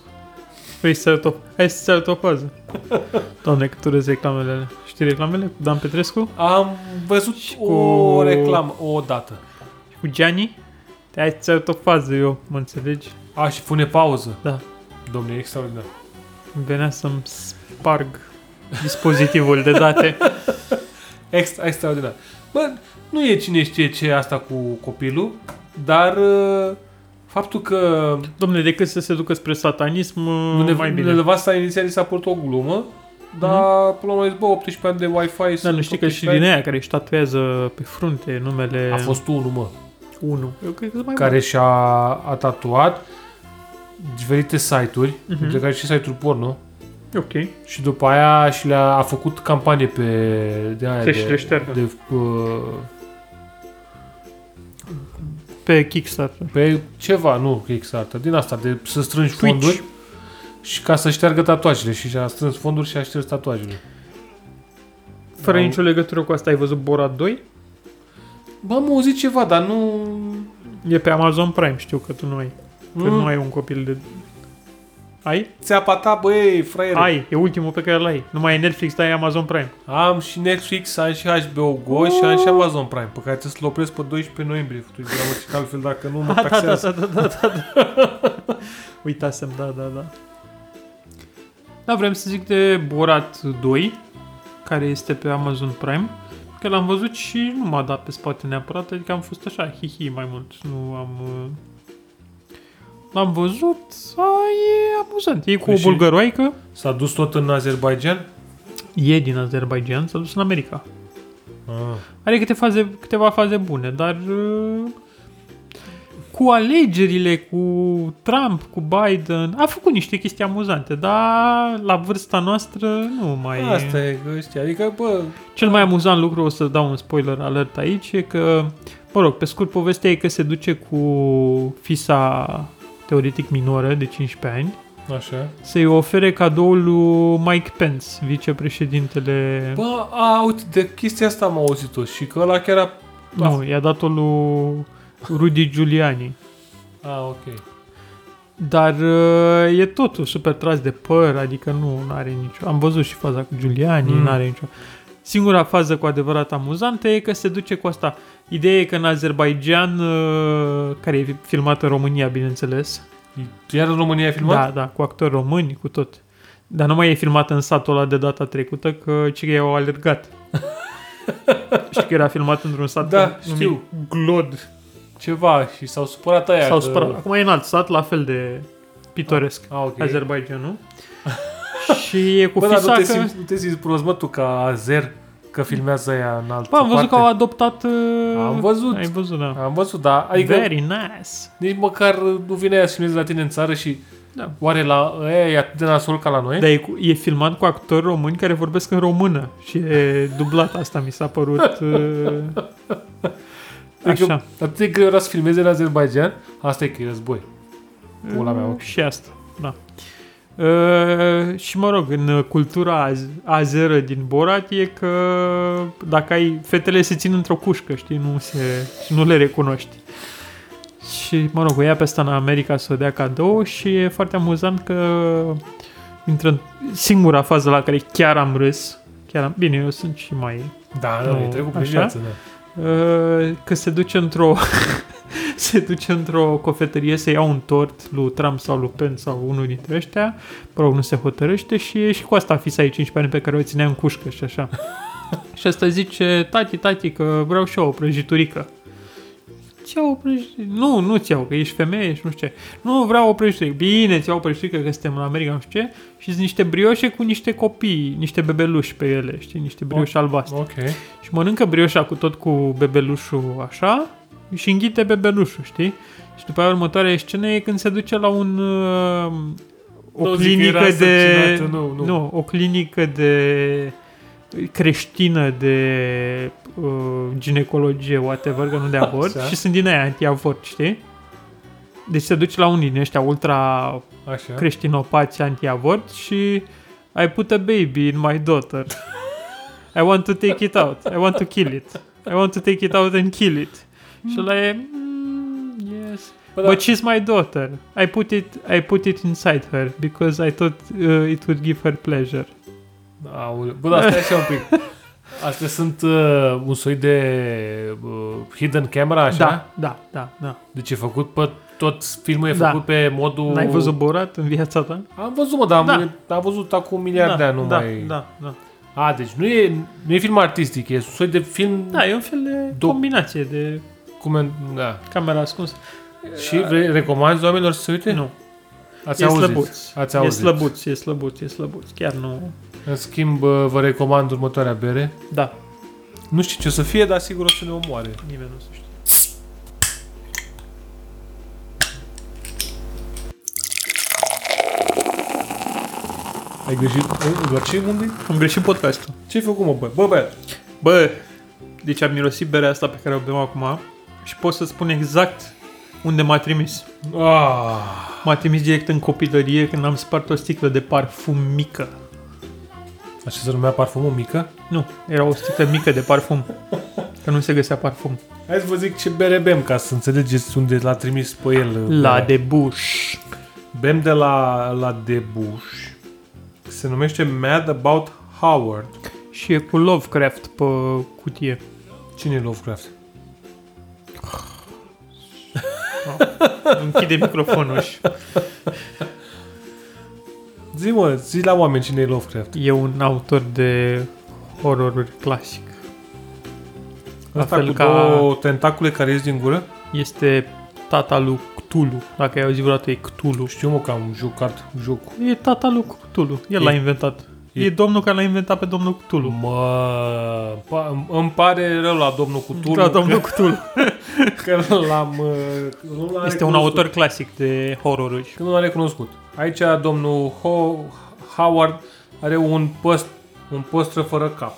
Speaker 2: Vrei să arăt o... Hai să-ți arăt o fază. Doamne, cât urez reclamele alea. Știi reclamele cu Dan Petrescu?
Speaker 1: Am văzut
Speaker 2: Și
Speaker 1: o
Speaker 2: cu-
Speaker 1: reclamă o dată.
Speaker 2: Și cu Gianni? Hai să-ți arăt o fază eu, mă înțelegi?
Speaker 1: A, și pune pauză.
Speaker 2: Da.
Speaker 1: Domne, e extraordinar.
Speaker 2: Îmi venea să-mi sparg dispozitivul de date.
Speaker 1: Extra, extraordinar. Bă, nu e cine știe ce e asta cu copilul, dar uh, faptul că
Speaker 2: Domne, decât să se ducă spre satanism, nu
Speaker 1: ne-
Speaker 2: mai bine. Mhm.
Speaker 1: nevasta inițial i s-a părut o glumă, dar până la urmă a zis, bă, 18 ani de Wi-Fi
Speaker 2: Da,
Speaker 1: sunt
Speaker 2: nu știi că și
Speaker 1: 18 ani.
Speaker 2: din aia care își tatuează pe frunte numele
Speaker 1: A fost unul, mă,
Speaker 2: 1. Eu cred că mai
Speaker 1: care și-a a tatuat diferite site-uri,
Speaker 2: Mhm.
Speaker 1: între care și site-uri porno,
Speaker 2: mult. Ok.
Speaker 1: și după aia și le-a a făcut campanie pe de aia
Speaker 2: Să
Speaker 1: de,
Speaker 2: și le șteargă.
Speaker 1: de uh,
Speaker 2: Pe Kickstarter.
Speaker 1: Pe ceva, nu Kickstarter, din asta, de să strângi
Speaker 2: Twitch.
Speaker 1: fonduri și ca să șteargă tatuajele și și-a strâns fonduri și a șters tatuajele.
Speaker 2: Fără
Speaker 1: Da.
Speaker 2: nicio legătură cu asta, ai văzut Bora 2?
Speaker 1: Bă, am auzit ceva, dar nu...
Speaker 2: E pe Amazon Prime, știu că tu nu ai. Că
Speaker 1: Mm.
Speaker 2: nu ai un copil de... Ai?
Speaker 1: Țeapa ta, băi, fraiere.
Speaker 2: Ai, e ultimul pe care l-ai. Nu mai e Netflix, dar e Amazon Prime.
Speaker 1: Am și Netflix, am și HBO Go și am și Amazon Prime, pe care trebuie să-l opresc pe 12 noiembrie, fătui de la orice, că altfel dacă nu mă
Speaker 2: Ah, da, da,
Speaker 1: taxează.
Speaker 2: da, da, da, da. Uitasem, da, da, da. Da, vrem să zic de Borat 2, care este pe Amazon Prime, că l-am văzut și nu m-a dat pe spate neapărat, adică am fost așa, hihi mai mult, nu am... uh, L-am văzut, a, e amuzant. E cu o
Speaker 1: Și-
Speaker 2: bulgăroaică,
Speaker 1: S-a dus tot în Azerbaijan?
Speaker 2: e din Azerbaijan, s-a dus în America.
Speaker 1: Ah.
Speaker 2: Are câte faze, câteva faze bune, dar uh, cu alegerile, cu Trump, cu Biden, a făcut niște chestii amuzante, dar la vârsta noastră nu mai
Speaker 1: Asta e că știi, adică, bă,
Speaker 2: Cel mai amuzant lucru, o să dau un spoiler alert aici, e că, mă rog, pe scurt, povestea e că se duce cu fisa teoretic minoră de 15 ani
Speaker 1: așa.
Speaker 2: să-i ofere cadoul lui Mike Pence, vicepreședintele...
Speaker 1: Bă, a, uite, de chestia asta am auzit-o și că ăla chiar a...
Speaker 2: nu, i-a dat-o lui Rudy Giuliani.
Speaker 1: A, ok.
Speaker 2: Dar uh, e totul super tras de păr, adică nu are nicio... Am văzut și faza cu Giuliani,
Speaker 1: Mm.
Speaker 2: mm. nu are nicio... Singura fază cu adevărat amuzantă e că se duce cu asta. Ideea e că în Azerbaijan, uh, care e filmată în România, bineînțeles,
Speaker 1: Iar în România e filmat?
Speaker 2: da, da, cu actori români, cu tot. Dar nu mai e filmată în satul ăla de data trecută, că cei ei au alergat. Știi că era filmat într-un sat
Speaker 1: Da,
Speaker 2: numit
Speaker 1: știu.
Speaker 2: Glod.
Speaker 1: Ceva și s-au supărat aia
Speaker 2: S-au
Speaker 1: că-
Speaker 2: supărat. Acum e în alt sat, la fel de pitoresc.
Speaker 1: A, ok.
Speaker 2: Azerbaijanul. și e cu
Speaker 1: Bă, dar nu
Speaker 2: fisa
Speaker 1: te,
Speaker 2: că...
Speaker 1: simți, nu te simți prost, mă, tu, ca azer, că filmează aia în altă
Speaker 2: Bă, am văzut că
Speaker 1: parte.
Speaker 2: au adoptat... uh,
Speaker 1: Am văzut.
Speaker 2: Ai văzut, da.
Speaker 1: Am văzut, da, adică
Speaker 2: Very nice.
Speaker 1: nici măcar nu vine aia să filmeze la tine în țară și
Speaker 2: Da.
Speaker 1: oare la aia e atât de nasol ca la noi?
Speaker 2: Dar e, cu, e filmat cu actori români care vorbesc în română și e dublat asta, mi s-a părut... uh,
Speaker 1: Adică
Speaker 2: Așa.
Speaker 1: Atât de greu era să filmeze în Azerbaijan, asta e că e război.
Speaker 2: Mm.
Speaker 1: Pula mea, ok.
Speaker 2: Și asta, da. Uh, și mă rog, în uh, cultura az- azeră din Borat e că dacă ai, fetele se țin într-o cușcă, știi, nu, se, și nu le recunoști. Și mă rog, o ia pe asta în America să o dea cadou și e foarte amuzant că intră în singura fază la care chiar am râs, chiar am, bine, eu sunt și mai
Speaker 1: Da,
Speaker 2: Nu,
Speaker 1: da, e trecut prin
Speaker 2: așa?
Speaker 1: viață, da.
Speaker 2: Uh, că se duce într-o se duce într-o cofetărie să ia un tort lui Trump sau lui Pence sau unul dintre ăștia, mă rog, nu se hotărăște și e și cu asta fisa ei 15 ani pe care o ținea în cușcă și așa. și asta zice, tati, tati, că vreau și eu o prăjiturică. Ți iau o prăjiturică? Nu, nu ți iau, că ești femeie și nu știu ce. Nu, vreau o prăjiturică. Bine, ți iau o prăjiturică că suntem la America, nu știu ce. Și sunt niște brioșe cu niște copii, niște bebeluși pe ele, știi, niște brioși albastre.
Speaker 1: Ok.
Speaker 2: Și mănâncă brioșa cu tot cu bebelușul așa și înghite bebelușul, știi? Și după aia următoarea scenă e când se duce la un... uh, O
Speaker 1: Nu zic că era
Speaker 2: clinică de...
Speaker 1: însărcinată, nu, nu.
Speaker 2: nu, o clinică de creștină de uh, ginecologie, whatever, că nu de avort,
Speaker 1: Așa.
Speaker 2: și sunt din aia anti-avort, știi? Deci se duce la unii din ăștia ultra
Speaker 1: Așa.
Speaker 2: Da. creștinopați anti-avort și I put a baby in my daughter. I want to take it out. I want to kill it. I want to take it out and kill it. Și ăla e... "Mm, Yes.
Speaker 1: Bă, da,
Speaker 2: But she's my daughter. I put it, I put it inside her because I thought uh, it would give her pleasure.
Speaker 1: Aoleu. Bă, dar stai așa un pic. Astea sunt uh, un soi de uh, hidden camera, așa?
Speaker 2: Da, da, da, da.
Speaker 1: Deci e făcut pe tot filmul e
Speaker 2: Da.
Speaker 1: făcut pe modul...
Speaker 2: N-ai văzut Borat în viața ta?
Speaker 1: Am văzut, mă, dar am,
Speaker 2: Da.
Speaker 1: am văzut acum un miliard de
Speaker 2: da,
Speaker 1: ani
Speaker 2: da,
Speaker 1: numai.
Speaker 2: da, da.
Speaker 1: A, deci nu e, nu e film artistic, e un soi de film...
Speaker 2: Da, e un fel de
Speaker 1: Do-
Speaker 2: combinație de
Speaker 1: Cum, da.
Speaker 2: camera ascunsă.
Speaker 1: Și re- recomanzi oamenilor să se uite?
Speaker 2: Nu.
Speaker 1: Ați
Speaker 2: e
Speaker 1: auzit.
Speaker 2: slăbuț.
Speaker 1: Ați
Speaker 2: e
Speaker 1: auzit.
Speaker 2: slăbuț, e slăbuț, e slăbuț. Chiar nu...
Speaker 1: În schimb, uh, vă recomand următoarea bere.
Speaker 2: Da,
Speaker 1: Nu știu ce o să fie, dar sigur o să ne omoare.
Speaker 2: nimeni nu o să știe.
Speaker 1: Ai greșit? Ă, Doar ce unde
Speaker 2: Am greșit podcastul.
Speaker 1: Ce-ai făcut, mă, bă? Bă, băiat.
Speaker 2: Bă, deci am mirosit berea asta pe care o bem acum și pot să spun exact unde m-a trimis.
Speaker 1: Ah.
Speaker 2: M-a trimis direct în copilărie când am spart o sticlă de parfum mică.
Speaker 1: Așa se numea parfumul mică?
Speaker 2: Nu, era o sticlă mică de parfum. Că nu se găsea parfum.
Speaker 1: Hai să vă zic ce bere bem, ca să înțelegeți unde l-a trimis pe el.
Speaker 2: La
Speaker 1: Bem.
Speaker 2: debuș.
Speaker 1: Bem de la, la Debuș. Se numește Mad About Howard.
Speaker 2: Și e cu Lovecraft pe cutie.
Speaker 1: Cine e Lovecraft?
Speaker 2: Închide microfonul și...
Speaker 1: Zi, mă, zi la oameni cine e Lovecraft.
Speaker 2: E un autor de horroruri clasic. La
Speaker 1: Asta
Speaker 2: fel
Speaker 1: cu
Speaker 2: ca-
Speaker 1: două tentacule care ies din gură?
Speaker 2: Este tata lui Cthulhu. Dacă ai auzit vreodată, e Cthulhu.
Speaker 1: Știu mă că am jucat jocul.
Speaker 2: E tata lui Cthulhu. El
Speaker 1: E-
Speaker 2: l-a inventat. E,
Speaker 1: e-
Speaker 2: domnul care l-a inventat pe domnul Cthulhu.
Speaker 1: Mă, pa- îmi- îmi pare rău la domnul Cthulhu
Speaker 2: Da, domnul Cthulhu.
Speaker 1: că, că l-am... uh, nu l-am
Speaker 2: Este un
Speaker 1: recunoscut.
Speaker 2: autor clasic de horroruri.
Speaker 1: Că nu l-am recunoscut. Aici domnul Ho- Howard are un păst, un păstră fără cap.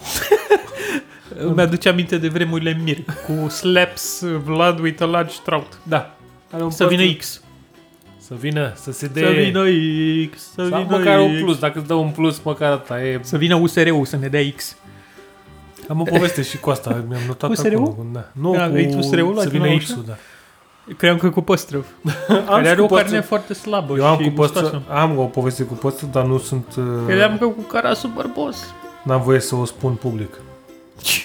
Speaker 2: Îmi aduce aminte de vremurile Mir, cu slaps Vlad with a large trout.
Speaker 1: Da. Are un
Speaker 2: Să vină
Speaker 1: păstră-
Speaker 2: X.
Speaker 1: Să vină, să se dea.
Speaker 2: Să vină X. Să
Speaker 1: Sau
Speaker 2: vină
Speaker 1: măcar
Speaker 2: X.
Speaker 1: un plus, dacă îți dă un plus, măcar atâta. E...
Speaker 2: Să vină USR-ul să ne dea X.
Speaker 1: Am o poveste și cu asta, mi-am notat
Speaker 2: USR-ul?
Speaker 1: acolo. Da. Nu,
Speaker 2: Da, e
Speaker 1: cu...
Speaker 2: USR-ul,
Speaker 1: să
Speaker 2: adică
Speaker 1: vină
Speaker 2: nu
Speaker 1: X-ul, da.
Speaker 2: Cream că cu păstrăv.
Speaker 1: Am
Speaker 2: Care
Speaker 1: și
Speaker 2: are
Speaker 1: cu
Speaker 2: o
Speaker 1: păstră-
Speaker 2: carne foarte slabă
Speaker 1: Eu am
Speaker 2: și Păi
Speaker 1: cu
Speaker 2: gustoasă.
Speaker 1: păstră, am o poveste cu păstră, dar nu sunt... uh,
Speaker 2: Credeam că cu carasul bărbos.
Speaker 1: N-am voie să o spun public.
Speaker 2: Ce?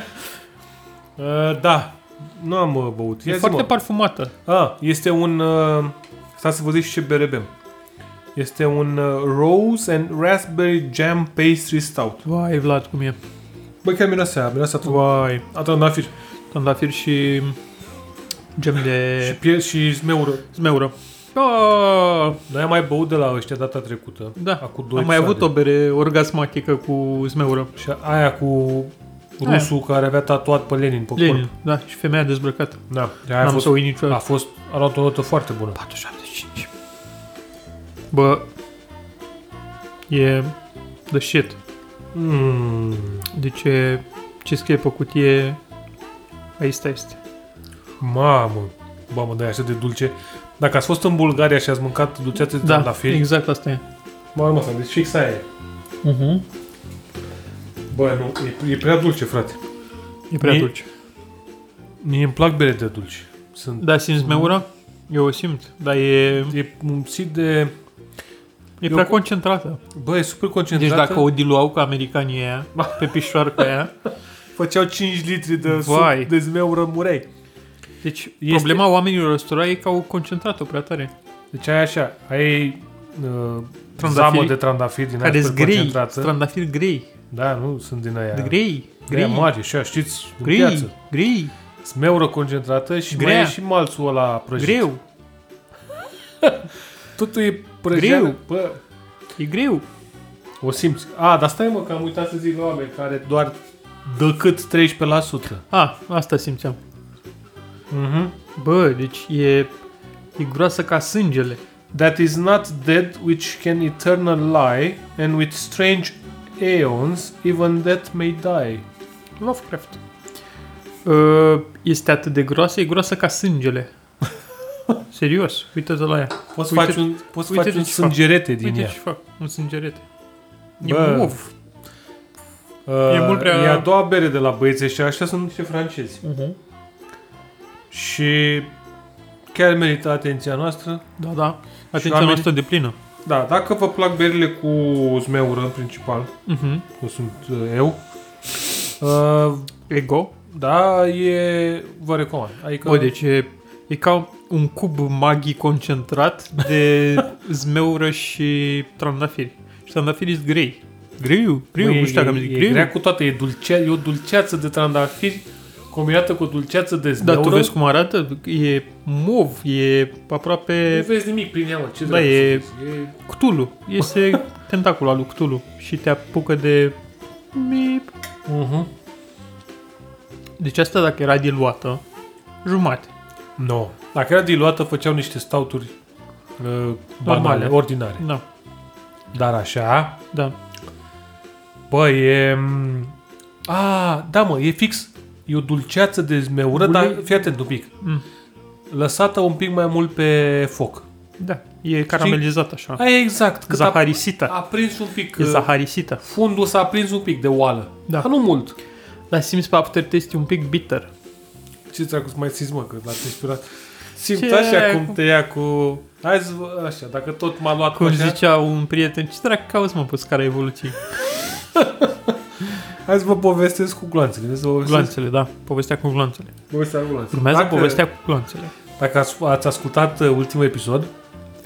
Speaker 1: Uh, da, nu am uh, băut.
Speaker 2: E
Speaker 1: Ia
Speaker 2: foarte
Speaker 1: foarte
Speaker 2: parfumată.
Speaker 1: ah, este un... Uh, stați să vă zic și ce bere bem. Este un uh, Rose and Raspberry Jam Pastry Stout.
Speaker 2: Vai, Vlad, cum e.
Speaker 1: Băi, chiar mirosea, mirosea a
Speaker 2: Vai.
Speaker 1: a trandafir.
Speaker 2: Trandafir și gem
Speaker 1: Și
Speaker 2: de
Speaker 1: pie și zmeură.
Speaker 2: zmeură. Oh,
Speaker 1: Noi am mai băut de la ăștia data trecută.
Speaker 2: da,
Speaker 1: Acum doi
Speaker 2: am mai avut
Speaker 1: episoade.
Speaker 2: o bere orgasmatică cu zmeură.
Speaker 1: Și aia cu rusul care avea tatuat pe Lenin pe
Speaker 2: Lenin,
Speaker 1: corp.
Speaker 2: da, și femeia dezbrăcată.
Speaker 1: Da, aia a
Speaker 2: N-am
Speaker 1: fost,
Speaker 2: să o uit
Speaker 1: a
Speaker 2: niciodată.
Speaker 1: fost, a luat o notă foarte bună.
Speaker 2: 475. Bă, e the shit.
Speaker 1: Mm.
Speaker 2: Deci e, ce scrie pe cutie, asta este.
Speaker 1: Mamă, mamă, dar e așa de dulce. Dacă ați fost în Bulgaria și ați mâncat dulceață de
Speaker 2: Da,
Speaker 1: trandafiri,
Speaker 2: exact asta e.
Speaker 1: mă urmă, deci fix aia e.
Speaker 2: Uh-huh.
Speaker 1: Mhm. Bă, nu, e, e prea dulce, frate.
Speaker 2: E prea
Speaker 1: E-
Speaker 2: dulce.
Speaker 1: Mie îmi plac bere de dulci. Sunt,
Speaker 2: Da, simți meura? Eu o simt, dar e,
Speaker 1: E umpțit de...
Speaker 2: e
Speaker 1: Eu
Speaker 2: prea
Speaker 1: cu-
Speaker 2: concentrată.
Speaker 1: Bă, e super
Speaker 2: Deci
Speaker 1: concentrată.
Speaker 2: dacă o diluau ca americanii aia, pe pișoarca aia,
Speaker 1: făceau 5 litri de
Speaker 2: Vai.
Speaker 1: suc de zmeură murei.
Speaker 2: deci
Speaker 1: Este-
Speaker 2: problema oamenilor răstura e că au concentrat-o prea tare.
Speaker 1: Deci aia e așa, aia e uh,
Speaker 2: Trandafiri?
Speaker 1: zamă de trandafiri din aia
Speaker 2: Care sunt
Speaker 1: super
Speaker 2: grei,
Speaker 1: concentrată.
Speaker 2: trandafiri grei,
Speaker 1: da, nu sunt din aia.
Speaker 2: grei,
Speaker 1: Grea
Speaker 2: grei,
Speaker 1: mare, așa, știți, în
Speaker 2: grei,
Speaker 1: piață.
Speaker 2: grei,
Speaker 1: Smeură concentrată și
Speaker 2: Grea.
Speaker 1: mai e și malțul ăla prăjit.
Speaker 2: greu,
Speaker 1: Totul e prăjeană.
Speaker 2: Greu.
Speaker 1: Bă,
Speaker 2: e greu.
Speaker 1: o simți. A, dar stai mă că am uitat să zic la oameni care doar dă cât 13%.
Speaker 2: A, Ah, asta simțeam.
Speaker 1: Mm-hmm.
Speaker 2: Bă, deci e, e groasă ca sângele.
Speaker 1: That is not dead which can eternal lie and with strange aeons even that may die.
Speaker 2: Lovecraft. Uh, Este atât de groasă, e groasă ca sângele. Serios, uite-te la ea.
Speaker 1: Poți să
Speaker 2: Uite-
Speaker 1: faci un, poți să
Speaker 2: uite
Speaker 1: faci
Speaker 2: de
Speaker 1: un
Speaker 2: ce fac.
Speaker 1: sângerete din
Speaker 2: Uite
Speaker 1: ea.
Speaker 2: ce fac, un sângerete. E
Speaker 1: Bă.
Speaker 2: mov.
Speaker 1: Uh,
Speaker 2: E mult prea-
Speaker 1: e a doua bere de la băieți și așa sunt niște francezi.
Speaker 2: Uh-huh.
Speaker 1: Și chiar merită atenția noastră.
Speaker 2: Da, da.
Speaker 1: Și
Speaker 2: Atenția
Speaker 1: oamenii-
Speaker 2: noastră de plină.
Speaker 1: Da, dacă vă plac berile cu zmeură în principal,
Speaker 2: Uh-huh.
Speaker 1: cum sunt uh, eu, uh,
Speaker 2: Ego.
Speaker 1: da, e, vă recomand. Adică,
Speaker 2: Bă, deci e, e ca un cub maghi concentrat de zmeură și trandafiri. Și trandafirii sunt grei. Greu, greu,
Speaker 1: Bă,
Speaker 2: nu știu dacă am zis
Speaker 1: e, e
Speaker 2: greu.
Speaker 1: grea cu toate, e, dulcea, e o dulceață de trandafiri combinată cu o dulceață de
Speaker 2: Dar
Speaker 1: zmeură.
Speaker 2: Da, tu vezi cum arată? E mov, e aproape...
Speaker 1: nu vezi nimic prin ea, mă, ce
Speaker 2: Da,
Speaker 1: dracu
Speaker 2: e-
Speaker 1: să vezi. e...
Speaker 2: Cthulhu. Este tentacul al lui Cthulhu și te apucă de... Mip. Mhm.
Speaker 1: Uh-huh.
Speaker 2: Deci asta dacă era diluată, jumate.
Speaker 1: No. Dacă era diluată, făceau niște stauturi uh, banale,
Speaker 2: Normale.
Speaker 1: ordinare.
Speaker 2: Da,
Speaker 1: Dar așa,
Speaker 2: da.
Speaker 1: bă, e... m, A, da mă, e fix. E o dulceață de zmeură,
Speaker 2: Ulei.
Speaker 1: dar fii atent un pic.
Speaker 2: Mm.
Speaker 1: Lăsată un pic mai mult pe foc.
Speaker 2: Da, e caramelizat așa.
Speaker 1: Aia e exact. Cât a,
Speaker 2: Zaharisită.
Speaker 1: a prins un pic...
Speaker 2: E
Speaker 1: uh,
Speaker 2: zaharisită.
Speaker 1: Fundul s-a prins un pic de oală.
Speaker 2: Da.
Speaker 1: Dar nu mult.
Speaker 2: Dar simți pe aftertaste un pic bitter.
Speaker 1: Ce dracu să mai ții, mă, că l-ați expirat. Simt
Speaker 2: Ce?
Speaker 1: așa cum te ia cu... Hai să vă- așa, dacă tot m-a luat cu
Speaker 2: Cum
Speaker 1: așa,
Speaker 2: zicea un prieten, ce dracu cauți mă pe scara evoluției?
Speaker 1: hai să vă povestesc cu gloanțele. Vreți să vă povestesc?
Speaker 2: Glanțele, da. Povestea cu glanțele.
Speaker 1: Povestea cu gloanțele.
Speaker 2: Urmează
Speaker 1: Dacă-
Speaker 2: povestea cu glanțele.
Speaker 1: Dacă ați, ați ascultat uh, ultimul episod,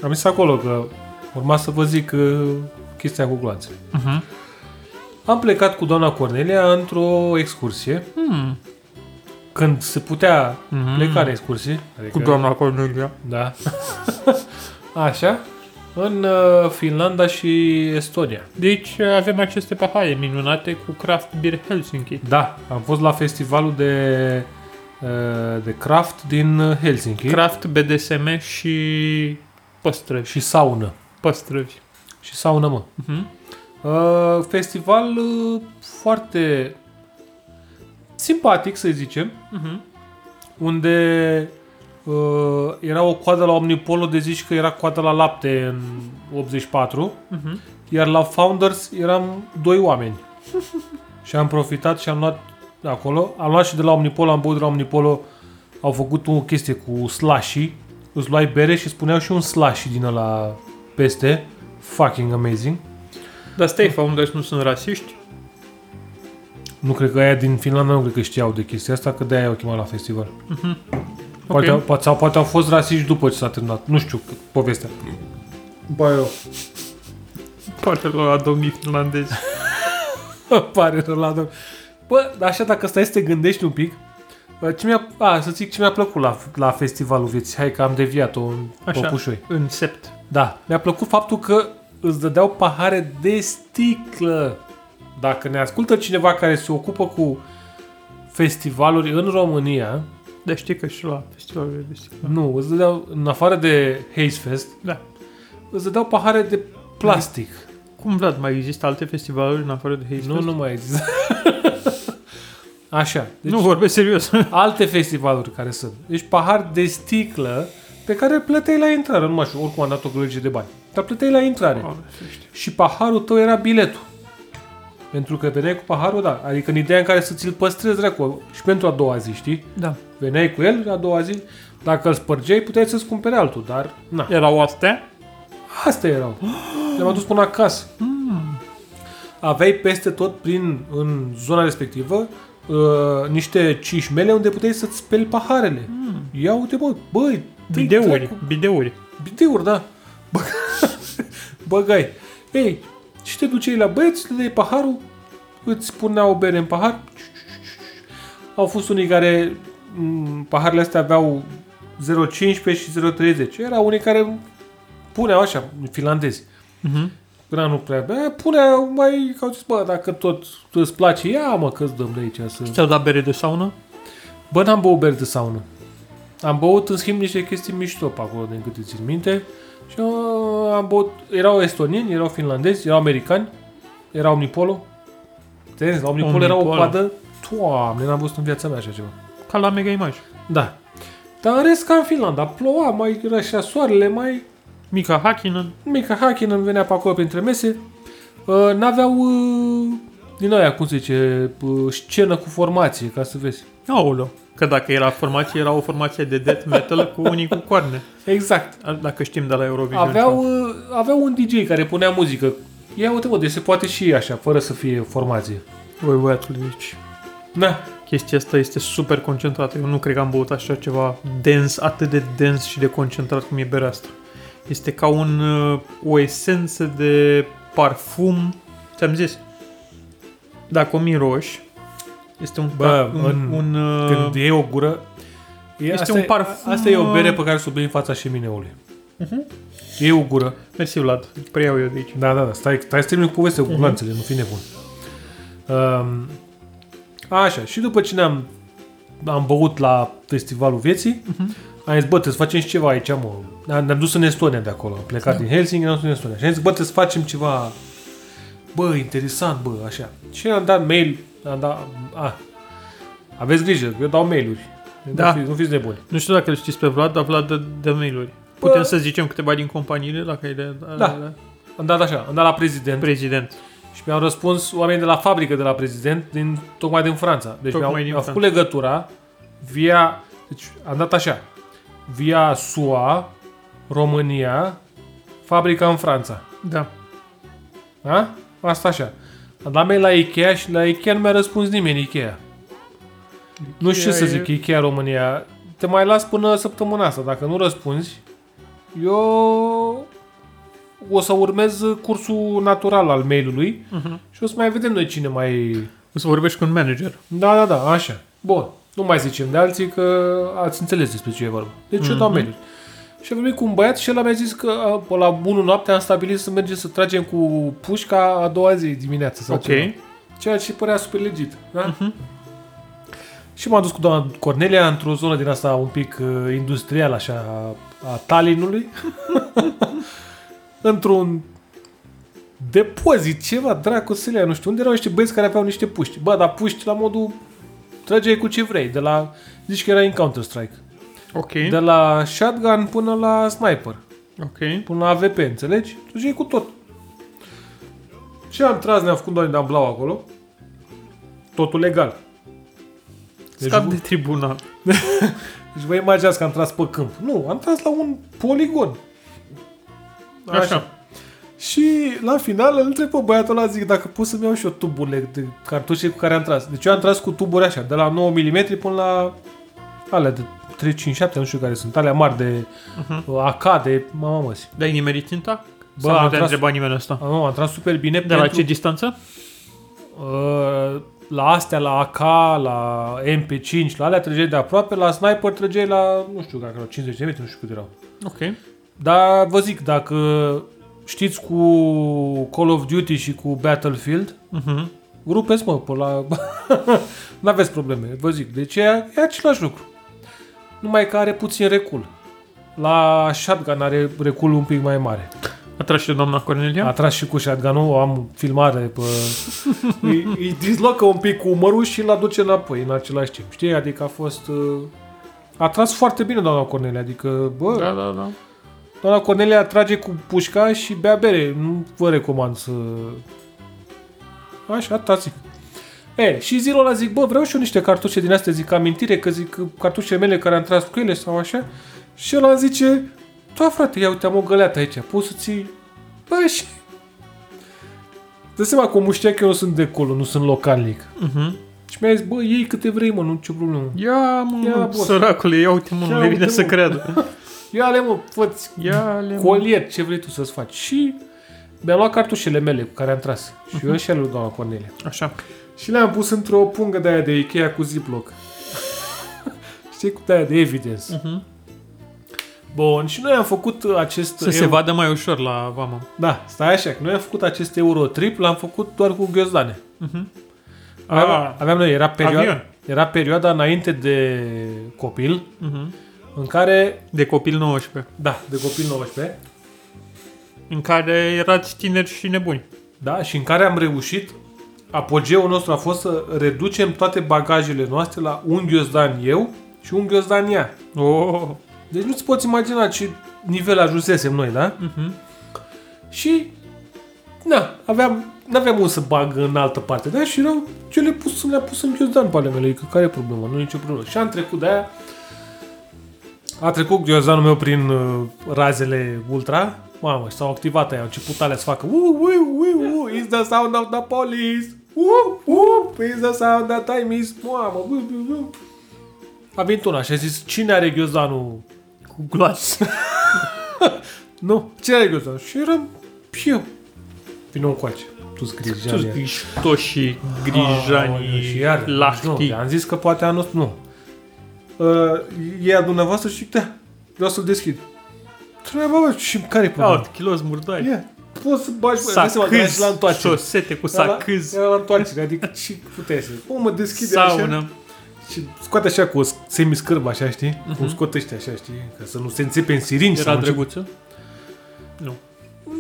Speaker 1: am zis acolo că urma să vă zic uh, chestia cu gloanțe.
Speaker 2: Uh-huh.
Speaker 1: Am plecat cu doamna Cornelia într-o excursie
Speaker 2: Hmm.
Speaker 1: când se putea
Speaker 2: Mhm.
Speaker 1: pleca în excursii.
Speaker 2: Cu doamna Cornelia.
Speaker 1: Da. Așa. În uh, Finlanda și Estonia.
Speaker 2: Deci avem aceste pahare minunate cu craft beer Helsinki.
Speaker 1: Da, am fost la festivalul de, uh, de craft din Helsinki
Speaker 2: Craft, BDSM și păstrăvi.
Speaker 1: și saună.
Speaker 2: Păstrăvi.
Speaker 1: Și saună, mă.
Speaker 2: Mhm.
Speaker 1: Uh, festival uh, foarte simpatic, să zicem,
Speaker 2: Mhm.
Speaker 1: unde uh, era o coadă la Omnipolo de zici că era coadă la lapte în 84,
Speaker 2: Mhm.
Speaker 1: iar la Founders eram doi oameni. și am profitat și am luat de acolo, am luat și de la Omnipolo, am băut de la Omnipolo, au făcut o chestie cu slushy, îți luai bere și spuneau și un slushy din ăla peste, fucking amazing.
Speaker 2: Dar stai, founders nu sunt rasiști?
Speaker 1: Nu cred că aia din Finlanda nu cred că știau de chestia asta, că de-aia au chemat la festival. Poate,
Speaker 2: Mhm. Ok.
Speaker 1: okay. poate, sau poate au fost rasiști după ce s-a terminat. Nu știu că- povestea. Ba eu.
Speaker 2: Poate la domnii finlandezi.
Speaker 1: Pare rău la domn. Bă, dar așa dacă stai să te gândești un pic, bă, ce mi-a, a, să zic ce mi-a plăcut la, la festivalul vieții. Hai că am deviat-o în
Speaker 2: Așa.
Speaker 1: păpușoi.
Speaker 2: În sept.
Speaker 1: Da, mi-a plăcut faptul că îți dădeau pahare de sticlă. Dacă ne ascultă cineva care se ocupă cu festivaluri în România,
Speaker 2: Dar știi că și la festivalul de sticlă.
Speaker 1: Nu, îți dădeau, în afară de Hazefest,
Speaker 2: Da.
Speaker 1: îți dădeau pahare de plastic.
Speaker 2: Cum, Vlad, mai există alte festivaluri în afară de Haze
Speaker 1: Nu, nu mai există. Așa. Deci
Speaker 2: nu vorbesc serios.
Speaker 1: alte festivaluri care sunt. Deci pahar de sticlă pe care plăteai la intrare. Nu mai știu, oricum am dat o gălăgie de bani. Dar plăteai la intrare.
Speaker 2: Ah.
Speaker 1: Și paharul tău era biletul. Pentru că veneai cu paharul, da. Adică în ideea în care să ți-l păstrezi dracu. Și pentru a doua zi, știi?
Speaker 2: da.
Speaker 1: Veneai cu el, a doua zi, dacă îl spărgeai, puteai să-ți cumpere altul, dar na.
Speaker 2: Erau astea?
Speaker 1: Astea erau. Le-am adus până acasă. Ah. Aveai peste tot prin, în zona respectivă uh, niște cișmele unde puteai să-ți speli paharele. Ia uite, bă, băi, dă-i
Speaker 2: Bideuri.
Speaker 1: dracu.
Speaker 2: Bideuri.
Speaker 1: Bideuri, da. Bă, băgai. Ei, și te duceai la băieți, le dai paharul, îți puneau o bere în pahar. Au fost unii care m, paharele astea aveau 0,15 și 0,30. Erau unii care puneau așa, finlandezi.
Speaker 2: Mhm.
Speaker 1: Până nu prea bea, punea mai, ca au zis, bă, dacă tot îți place, ia mă că îți dăm de aici să...
Speaker 2: Ți-au dat bere de saună?
Speaker 1: Bă, n-am băut beri de saună. Am băut, în schimb, niște chestii mișto pe acolo, din câte țin minte. Și uh, am băut... Erau estonieni, erau finlandezi, erau americani, erau omnipolo. Te la omnipolo, era o
Speaker 2: Omnipolo.
Speaker 1: coadă... Toamne, n-am văzut în viața mea așa ceva.
Speaker 2: Ca la Mega Image.
Speaker 1: Da. Dar în rest, ca în Finlanda, ploua, mai era așa soarele, mai...
Speaker 2: Mica Hakkinen.
Speaker 1: Mica Hakkinen venea pe acolo printre mese. Uh, n-aveau... Uh, din aia, cum se zice, uh, scenă cu formație, ca să vezi.
Speaker 2: Aoleu. Că dacă era formație, era o formație de death metal cu unii cu coarne.
Speaker 1: Exact.
Speaker 2: Dacă știm de la Eurovision.
Speaker 1: aveau, uh, aveau un DJ care punea muzică. Ia uite mă, deci se poate și așa, fără să fie formație.
Speaker 2: Voi, băiatul, deci
Speaker 1: Da.
Speaker 2: chestia asta este super concentrată. Eu nu cred că am băut așa ceva dens, atât de dens și de concentrat cum e berea asta. Este ca un, uh, o esență de parfum. Ți-am zis, dacă o miroși, este un, da,
Speaker 1: Bă,
Speaker 2: un,
Speaker 1: în-
Speaker 2: un, uh,
Speaker 1: Când iei o gură... E,
Speaker 2: Este
Speaker 1: asta
Speaker 2: un
Speaker 1: e-
Speaker 2: parfum,
Speaker 1: Asta e o bere
Speaker 2: uh,
Speaker 1: pe care să o bei în fața șemineului. Uh-huh. E o gură.
Speaker 2: Mersi, Vlad, preiau eu de aici.
Speaker 1: Da, da, da. Stai, stai să termin cu povestea cu glanțele, nu fi nebun. Um, așa, și după ce ne-am am băut la festivalul vieții, am zis, bă, trebuie să facem și ceva aici, mă. Ne-am ne-am dus în Estonia de acolo. Am plecat din Helsinki, ne-am dus în Estonia. Și am zis, bă, trebuie să facem ceva, bă, interesant, bă, așa. Și am dat mail, am dat, a, aveți grijă, eu dau mail-uri.
Speaker 2: Da.
Speaker 1: Nu, fiți, nu fiți nebuni.
Speaker 2: Nu știu dacă îl știți pe Vlad, dar Vlad dă, dă mail-uri.
Speaker 1: Bă.
Speaker 2: Putem să zicem câteva din companiile la care le
Speaker 1: Da. Am dat așa, am dat la prezident.
Speaker 2: prezident.
Speaker 1: Și mi-au răspuns oameni de la fabrică, de la prezident, din, tocmai din Franța. Deci
Speaker 2: Tocmai
Speaker 1: mi-au,
Speaker 2: din
Speaker 1: mi-au făcut legătura via... Deci am dat așa. Via SUA, România, fabrica în Franța.
Speaker 2: Da.
Speaker 1: Da? Asta așa. Am dat mail la Ikea și la Ikea nu mi-a răspuns nimeni, Ikea. nu știu ce să
Speaker 2: e-
Speaker 1: zic, Ikea România. Te mai las până săptămâna asta. Dacă nu răspunzi, eu o să urmez cursul natural al mailului
Speaker 2: Uh-huh.
Speaker 1: și o să mai vedem noi cine mai...
Speaker 2: O să vorbești cu un manager.
Speaker 1: Da, da, da, așa. Bun. Nu mai zicem de alții că ați înțeles despre ce e vorba. Deci eu dau
Speaker 2: Mhm.
Speaker 1: mediul. Și am vorbit cu un băiat și el mi-a zis că a, pe la 1 noapte am stabilit să mergem să tragem cu pușca a doua zi dimineață sau
Speaker 2: Ok.
Speaker 1: ceva. Ceea ce părea super legit. Da? Și m-am dus cu doamna Cornelia într-o zonă din asta un pic uh, industrială, așa, a, a Tallinului. Într-un depozit, ceva, dracu sâlea, nu știu unde erau niște băieți care aveau niște puști. Bă, dar puști la modul trageai cu ce vrei, de la, zici că era în Counter-Strike,
Speaker 2: Ok.
Speaker 1: de la shotgun până la sniper
Speaker 2: Ok.
Speaker 1: până la AVP, înțelegi? Tu iei cu tot. Și am tras, ne-am făcut doar în blau acolo. Totul legal. Deci,
Speaker 2: Scap
Speaker 1: vă-
Speaker 2: de tribunal.
Speaker 1: deci vă imaginați că am tras pe câmp. Nu, am tras la un poligon.
Speaker 2: Așa.
Speaker 1: Și la final îl întreb pe băiatul ăla, zic, dacă pot să-mi iau și eu tuburile de cartușe cu care am tras. Deci eu am tras cu tuburi așa, de la 9 mm până la alea de 357, nu știu care sunt, alea mari de
Speaker 2: Mhm.
Speaker 1: uh-huh. AK, de mama măsi.
Speaker 2: Dar ai nimerit ținta?
Speaker 1: Bă,
Speaker 2: Bă,
Speaker 1: am
Speaker 2: nu te-a
Speaker 1: tras-
Speaker 2: întrebat nimeni asta.
Speaker 1: Nu, am tras super bine
Speaker 2: De la ce distanță?
Speaker 1: Uh, la astea, la AK, la MP5, la alea trăgeai de aproape, la sniper trăgeai la, nu știu, dacă erau 50 de metri, nu știu cât erau.
Speaker 2: Ok.
Speaker 1: Dar vă zic, dacă știți cu Call of Duty și cu Battlefield,
Speaker 2: Mhm.
Speaker 1: rupeți mă, pe la... N-aveți probleme, vă zic. Deci e, e același lucru. Numai că are puțin recul. La shotgun are recul un pic mai mare.
Speaker 2: A tras și doamna Cornelia?
Speaker 1: A tras și cu shotgun-ul, am filmare pe... îi, îi dislocă un pic cu umărul și îl aduce înapoi în același timp. Știi? Adică a fost... uh, A tras foarte bine doamna Cornelia, adică, bă, da.
Speaker 2: Da, da, da.
Speaker 1: doamna Cornelia trage cu pușca și bea bere. Nu vă recomand să... Așa, atâta zic. E, și zilul ăla zic, bă, vreau și eu niște cartușe din astea, zic, amintire, că zic, cartușele mele care am tras cu ele sau așa. Și ăla îmi zice, da, frate, ia uite, am o găleată aici, poți să ții... Bă, și... Dă seama că o muștea că eu nu sunt de acolo, nu sunt localnic.
Speaker 2: Mhm.
Speaker 1: Și mi-a zis, bă, iei câte vrei, mă, nu nicio problemă.
Speaker 2: Ia,
Speaker 1: Ia,
Speaker 2: mă,
Speaker 1: boss.
Speaker 2: săracule, ia uite, mă,
Speaker 1: Ia
Speaker 2: nu le vine
Speaker 1: uite,
Speaker 2: să
Speaker 1: mă.
Speaker 2: creadă.
Speaker 1: Ia le, mă, fă
Speaker 2: Ia, le
Speaker 1: colier, ce vrei tu să-ți faci. Și mi-a luat cartușele mele cu care am tras. Și eu și al lui doamna Cornelia.
Speaker 2: Așa.
Speaker 1: Mhm. Și le-am pus într-o pungă de aia de Ikea cu ziploc. Știi, cu de aia de evidence.
Speaker 2: Mhm.
Speaker 1: Bun, și noi am făcut acest...
Speaker 2: Să se vadă mai ușor la vamă.
Speaker 1: Da, stai așa, că noi am făcut acest Eurotrip, l-am făcut doar cu ghezdane.
Speaker 2: Mhm.
Speaker 1: Aveam,
Speaker 2: Ah.
Speaker 1: aveam noi, era perioada,
Speaker 2: Avion.
Speaker 1: era perioada înainte de copil,
Speaker 2: Mhm.
Speaker 1: în care,
Speaker 2: De copil 19.
Speaker 1: da, de copil 19,
Speaker 2: În care erați tineri și nebuni.
Speaker 1: da, și în care am reușit, apogeul nostru a fost să reducem toate bagajele noastre la un ghiozdan eu și un ghiozdan ea.
Speaker 2: Oh.
Speaker 1: Deci nu-ți poți imagina ce nivel ajunsesem noi, da?
Speaker 2: Mhm.
Speaker 1: Și na, aveam, n-aveam unde să bag în altă parte, da? Și erau, ce le pus, le-a pus în ghiozdan pe ale mele, că care e problema, nu e nicio problemă. Și am trecut de aia, a trecut ghiozdanul meu prin uh, razele ultra, mamă, și s-au activat aia, au început alea să facă uu, uu, uu, uu, it's the sound of the police, uu, uu, it's the sound that I miss, mamă, uu, uu, uu. A venit una și a zis, cine are ghiozdanul
Speaker 2: Cu glas.
Speaker 1: nu, ce ai găsit? Și eram și eu. Vină încoace. Tu scrii
Speaker 2: Tu
Speaker 1: Jania.
Speaker 2: griștoșii,
Speaker 1: Aoleu, și
Speaker 2: grijanii,
Speaker 1: iar,
Speaker 2: lahti.
Speaker 1: Nu, am zis că poate anul ăsta- nu. Uh, e a dumneavoastră și da, vreau să-l deschid. Treaba, bă, și care e problema?
Speaker 2: Out, kilos murdari.
Speaker 1: Ia, poți să bagi, bă, dai seama,
Speaker 2: Sacâz,
Speaker 1: dragi, la întoarcere. Da,
Speaker 2: șosete cu
Speaker 1: Era la-
Speaker 2: sacâz,
Speaker 1: Era la întoarcere, adică ce puteai să... O, mă, deschide așa
Speaker 2: saună.
Speaker 1: și scoate așa cu o semiscârbă, așa, știi? Cum scot ăștia, așa, știi? Ca să nu se înțepe în siringi. să
Speaker 2: Era
Speaker 1: nu începe-
Speaker 2: drăguță? Nu.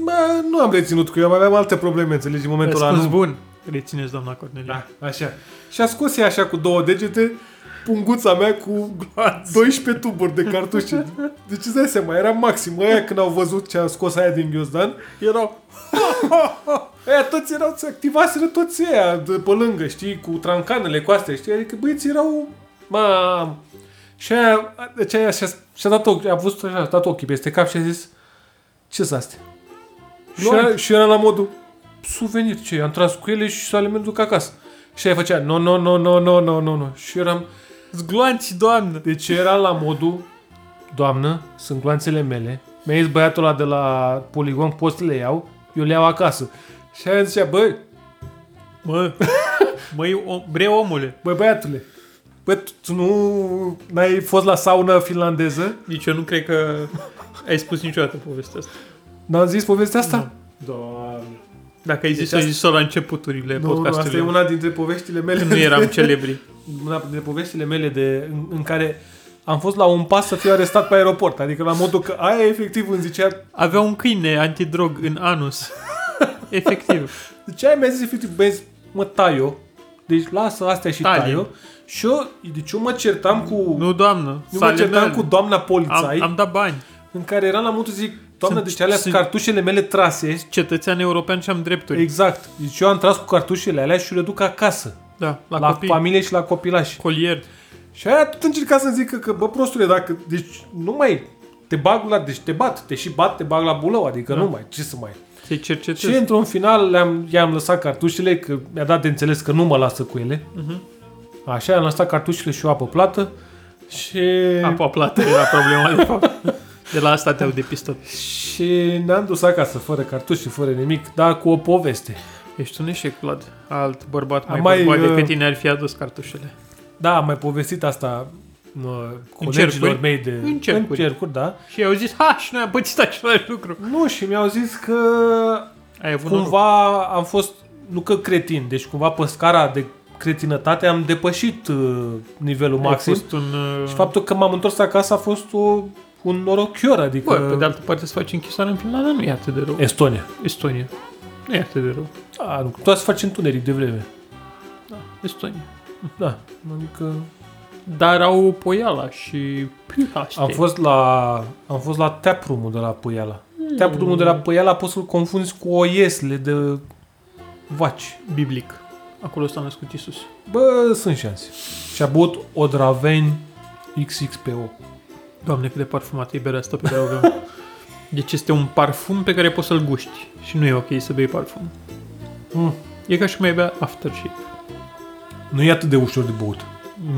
Speaker 1: Bă, nu am reținut cu el, mai aveam alte probleme, înțelegi, în momentul ăla.
Speaker 2: Răspuns
Speaker 1: Nu...
Speaker 2: bun. Rețineți, doamna Cornelia.
Speaker 1: Da, așa. Și a scos ea așa cu două degete punguța mea cu 12 tuburi de cartușe. Deci îți dai seama, era maxim. Aia când au văzut ce a scos aia din ghiozdan, erau... Aia toți erau, se activaseră toți aia de pe lângă, știi, cu trancanele, cu astea, știi? Adică băieții erau... Mam! Și aia, deci aia și-a, și-a dat ochi, a văzut așa, a dat ochii peste cap și a zis ce sunt astea? Și
Speaker 2: Noi.
Speaker 1: era, și era la modul suvenir, ce, am tras cu ele și să le duc acasă. Și aia făcea, no, no, no, no, no, no, no, no. Și eram,
Speaker 2: Zgloanți, doamnă.
Speaker 1: deci era la modul, doamnă, sunt gloanțele mele, mi-a zis băiatul ăla de la poligon, poți să le iau, eu le iau acasă. Și aia zicea, băi,
Speaker 2: Mă, măi, om, bre omule,
Speaker 1: băi băiatule, Bă, tu nu ai fost la sauna finlandeză?
Speaker 2: Nici eu nu cred că ai spus niciodată povestea asta.
Speaker 1: N-am zis povestea asta?
Speaker 3: Doamne.
Speaker 2: Dacă ai
Speaker 1: Deci
Speaker 2: zis, deci ai
Speaker 1: asta-
Speaker 2: zis-o la începuturile
Speaker 1: Nu, nu, asta e
Speaker 2: podcastului.
Speaker 1: una dintre poveștile mele.
Speaker 2: Când nu eram celebri.
Speaker 1: Una dintre poveștile mele de, în, în care am fost la un pas să fiu arestat pe aeroport. Adică la modul că aia efectiv îmi zicea
Speaker 2: Avea un câine antidrog în anus. Efectiv.
Speaker 1: Deci aia mi-a zis efectiv, băi, mă, tai eu. Deci lasă astea și
Speaker 2: Tai-le.
Speaker 1: tai eu. Și eu, deci eu mă certam cu...
Speaker 2: Nu, doamnă.
Speaker 1: eu mă
Speaker 2: sale
Speaker 1: certam
Speaker 2: mele.
Speaker 1: cu doamna polițai,
Speaker 2: am, am dat bani.
Speaker 1: în care eram la modul zic, doamna,
Speaker 2: Sunt-
Speaker 1: deci alea sunt
Speaker 2: sunt-
Speaker 1: cartușele mele trase.
Speaker 2: Cetățean european și am drepturi.
Speaker 1: Exact. Deci eu am tras cu cartușele alea și le duc acasă.
Speaker 2: da,
Speaker 1: La,
Speaker 2: la,
Speaker 1: la
Speaker 2: copii.
Speaker 1: familie și la copilași.
Speaker 2: Colier.
Speaker 1: Și aia tot încerca să zică că, bă, prostule, dacă, deci nu mai te bag la, deci te bat, te și bat, te bag la bulău, adică da. nu mai, ce să mai...
Speaker 2: Se
Speaker 1: Și
Speaker 2: cercetezi.
Speaker 1: într-un final le-am, i-am lăsat cartușele, că mi-a dat de înțeles că nu mă lasă cu ele.
Speaker 2: Mhm.
Speaker 1: Așa, am lăsat cartușele și o apă plată și,
Speaker 2: Apa plată era problema, de fapt. De la asta te-au depistat.
Speaker 1: și ne-am dus acasă fără cartuși și fără nimic, dar cu o poveste.
Speaker 2: Ești un eșec, Vlad. Alt bărbat
Speaker 1: Am
Speaker 2: mai,
Speaker 1: mai,
Speaker 2: mai bărbat
Speaker 1: uh,
Speaker 2: decât tine ar fi adus cartușele.
Speaker 1: Da, am mai povestit asta mă, colegilor
Speaker 2: cercuri?
Speaker 1: mei de...
Speaker 2: În cercuri.
Speaker 1: În cercuri, da.
Speaker 2: Și au zis, ha, și noi am pățit același lucru.
Speaker 1: Nu, și mi-au zis că
Speaker 2: Ai avut noroc.
Speaker 1: cumva am fost, nu că cretin, deci cumva pe scara de cretinătate am depășit uh, nivelul
Speaker 2: Ai
Speaker 1: maxim.
Speaker 2: fost un... uh,
Speaker 1: Și faptul că m-am întors acasă a fost o, un norocior, adică...
Speaker 2: Bă, pe de altă parte să faci închisoare în Finlanda nu e atât de rău.
Speaker 1: Estonia.
Speaker 2: Estonia. Nu e atât de rău.
Speaker 1: A, nu, tu să faci întuneric de vreme.
Speaker 2: Estonia.
Speaker 1: Da, adică...
Speaker 2: Dar au poiala și pilaște.
Speaker 1: Am fost la, am fost la taproom de la Păiala.
Speaker 2: Hmm.
Speaker 1: Mm. Taproom de la Păiala poți să-l confunzi cu o iesle de vaci.
Speaker 2: biblic. Acolo s-a născut Isus.
Speaker 1: Bă, sunt șanse. Și a băut Odraveni XXPO.
Speaker 2: Doamne, cât de parfumat e berea asta pe care o avem. Deci este un parfum pe care poți să-l guști. Și nu e ok să bei parfum.
Speaker 1: Mm.
Speaker 2: E ca și cum ai bea aftershave.
Speaker 1: Nu e atât de ușor de băut.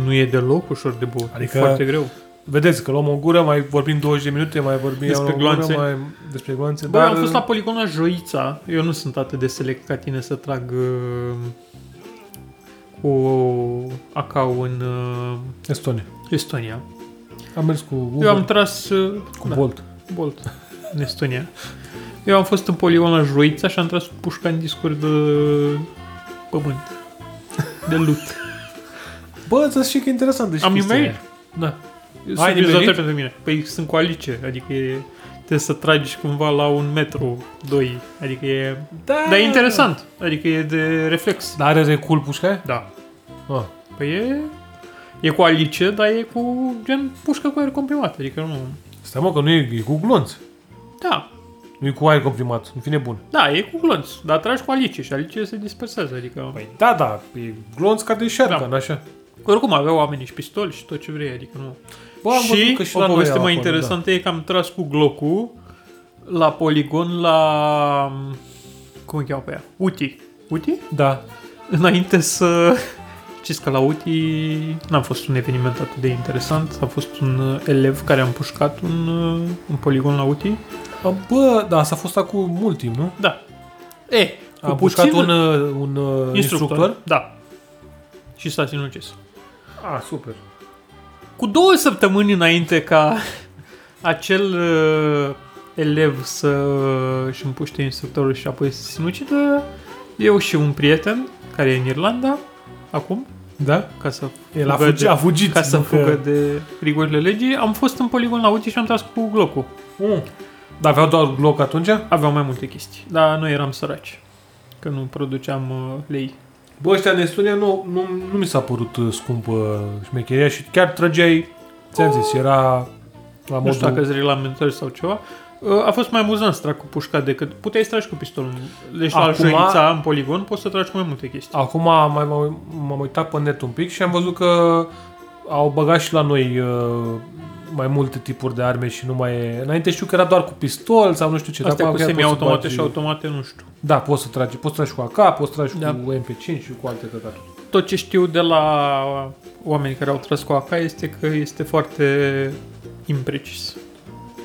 Speaker 2: Nu e deloc ușor de băut.
Speaker 1: Adică-
Speaker 2: Adică... E foarte greu.
Speaker 1: Vedeți că luăm o gură, mai vorbim 20 de minute, mai vorbim luăm
Speaker 2: Despre
Speaker 1: o gură,
Speaker 2: gloanțe.
Speaker 1: mai despre gloanțe.
Speaker 2: Bă,
Speaker 1: dar
Speaker 2: am fost la poligonul Joița. Eu nu sunt atât de select ca tine să trag uh, cu acau în uh,
Speaker 1: eh, Estonia.
Speaker 2: Estonia.
Speaker 1: Am mers cu Uber,
Speaker 2: Eu am tras uh,
Speaker 1: cu
Speaker 2: da,
Speaker 1: Bolt.
Speaker 2: Bolt în Estonia. Eu am fost în poligonul Joița și am tras cu pușca în discuri de uh, pământ. De lut.
Speaker 1: Bă, să știi că e interesant. Deci
Speaker 2: Am
Speaker 1: chestia
Speaker 2: nimerit.
Speaker 1: aia.
Speaker 2: Da.
Speaker 1: Ai
Speaker 2: Ai
Speaker 1: nimerit?
Speaker 2: nimerit? pentru mine. Păi sunt cu alice, adică e, trebuie să tragi cumva la un metru, doi. Adică e...
Speaker 1: Da.
Speaker 2: Dar e interesant. Adică e de reflex.
Speaker 1: Dar are recul pușca aia?
Speaker 2: Da.
Speaker 1: Ah.
Speaker 2: Păi e... E cu alice, dar e cu gen pușcă cu aer comprimat. Adică nu...
Speaker 1: Stai mă, că nu e, e cu glonț.
Speaker 2: Da.
Speaker 1: Nu e cu aer comprimat, în fine bun.
Speaker 2: Da, e cu glonț, dar tragi cu alice și alice se dispersează, adică...
Speaker 1: Păi da, da, e glonț ca de shotgun,
Speaker 2: Da.
Speaker 1: așa.
Speaker 2: Oricum aveau oamenii și pistoli și tot ce vrei, adică nu.
Speaker 1: Bă, am văzut
Speaker 2: și,
Speaker 1: că și
Speaker 2: o
Speaker 1: la noi
Speaker 2: poveste
Speaker 1: au
Speaker 2: mai
Speaker 1: acolo, da.
Speaker 2: interesantă e că am tras cu glocul la poligon la... Cum îi cheamă pe ea? Uti. Uti?
Speaker 1: Da. Înainte
Speaker 2: Înainte să... Știți că la Uti n-a fost un eveniment atât de interesant. A fost un uh, elev care a împușcat un, uh, un poligon la Uti.
Speaker 1: da. Bă, da, s-a fost acum mult timp, nu?
Speaker 2: Da. E, cu
Speaker 1: A pușcat
Speaker 2: puțin
Speaker 1: un, uh, un uh, instructor. instructor.
Speaker 2: Da. Și s-a sinucis.
Speaker 1: A, super.
Speaker 2: Cu două săptămâni înainte ca acel uh, elev să își împuște instructorul și apoi să se sinucidă, eu și un prieten care e în Irlanda, acum,
Speaker 1: Da?
Speaker 2: ca să
Speaker 1: El a,
Speaker 2: fugă
Speaker 1: fugi, a
Speaker 2: de,
Speaker 1: fugit.
Speaker 2: ca să
Speaker 1: nu
Speaker 2: fugă de rigorile legii, am fost în poligon la Uti și am tras cu glocul.
Speaker 1: Mm. Dar aveau doar Glock atunci?
Speaker 2: Aveam mai multe chestii, dar noi eram săraci, că nu produceam uh, lei.
Speaker 1: Bă, ăștia în Estonia nu, nu, nu mi s-a părut uh, scumpă șmecheria și chiar trăgeai, ți-am zis, era la
Speaker 2: Nu știu dacă
Speaker 1: modul...
Speaker 2: sunt reglementări sau ceva. Uh, A fost mai amuzant să trag cu pușca decât... Puteai să tragi cu pistolul. Deci la
Speaker 1: Acum-
Speaker 2: joința, în poligon, poți să tragi cu mai multe chestii.
Speaker 1: Acum am mai, m-am- m-am uitat pe net un pic și am văzut că au băgat și la noi uh, mai multe tipuri de arme și nu mai e... Înainte știu că era doar cu pistol sau nu știu ce.
Speaker 2: Astea
Speaker 1: dar
Speaker 2: cu
Speaker 1: acum chiar poți să
Speaker 2: semi-automate
Speaker 1: bagi-
Speaker 2: și automate, nu știu.
Speaker 1: Da, poți să tragi, poți să tragi cu AK, poți să tragi
Speaker 2: Da.
Speaker 1: cu MP5 și cu alte căcaturi.
Speaker 2: Tot ce știu de la oameni care au tras cu AK este că este foarte imprecis.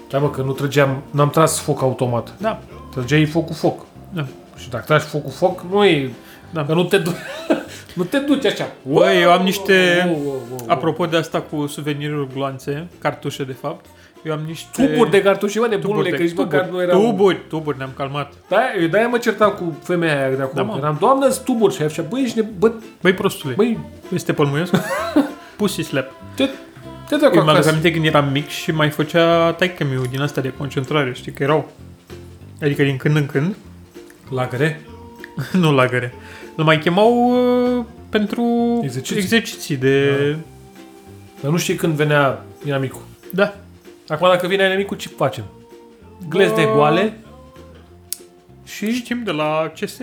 Speaker 1: Da, mă, că nu trăgeam, n-am tras foc automat.
Speaker 2: Da,
Speaker 1: Trăgeai foc cu foc.
Speaker 2: da,
Speaker 1: Și dacă tragi foc cu foc, nu e...
Speaker 2: da.
Speaker 1: Că nu te, du- Nu te duci așa.
Speaker 2: Băi, eu am niște-
Speaker 1: Wow, wow, wow, wow.
Speaker 2: Apropo de asta cu suveniruri gloanțe, cartușe de fapt, eu am niște...
Speaker 1: Tuburi de cartușe, mă, de
Speaker 2: tuburi
Speaker 1: bunule,
Speaker 2: de-
Speaker 1: că nici măcar nu erau...
Speaker 2: Tuburi, tuburi, ne-am calmat.
Speaker 1: Da, eu de-aia mă certam cu femeia aia de acum.
Speaker 2: Da, mă.
Speaker 1: Eram, doamnă, sunt tuburi. Și ea zicea, băi, ești ne... Bă,
Speaker 2: Băi, prostule, Băi.
Speaker 1: băi,
Speaker 2: este pălmuiesc? Pussy slap.
Speaker 1: te... Te dă cu
Speaker 2: Eu mi-am
Speaker 1: acasă.
Speaker 2: aminte când eram mic și mai făcea taică miu din astea de concentrare, știi că erau. Adică din când în când,
Speaker 1: La care?
Speaker 2: nu la găre. Îl mai chemau uh, pentru
Speaker 1: Exerciții. Da.
Speaker 2: exerciții de...
Speaker 1: Dar nu știi când venea inamicul.
Speaker 2: Da.
Speaker 1: Acum dacă vine inamicul, ce facem? Glez de
Speaker 2: Bă.
Speaker 1: goale.
Speaker 2: Și știm de la CS.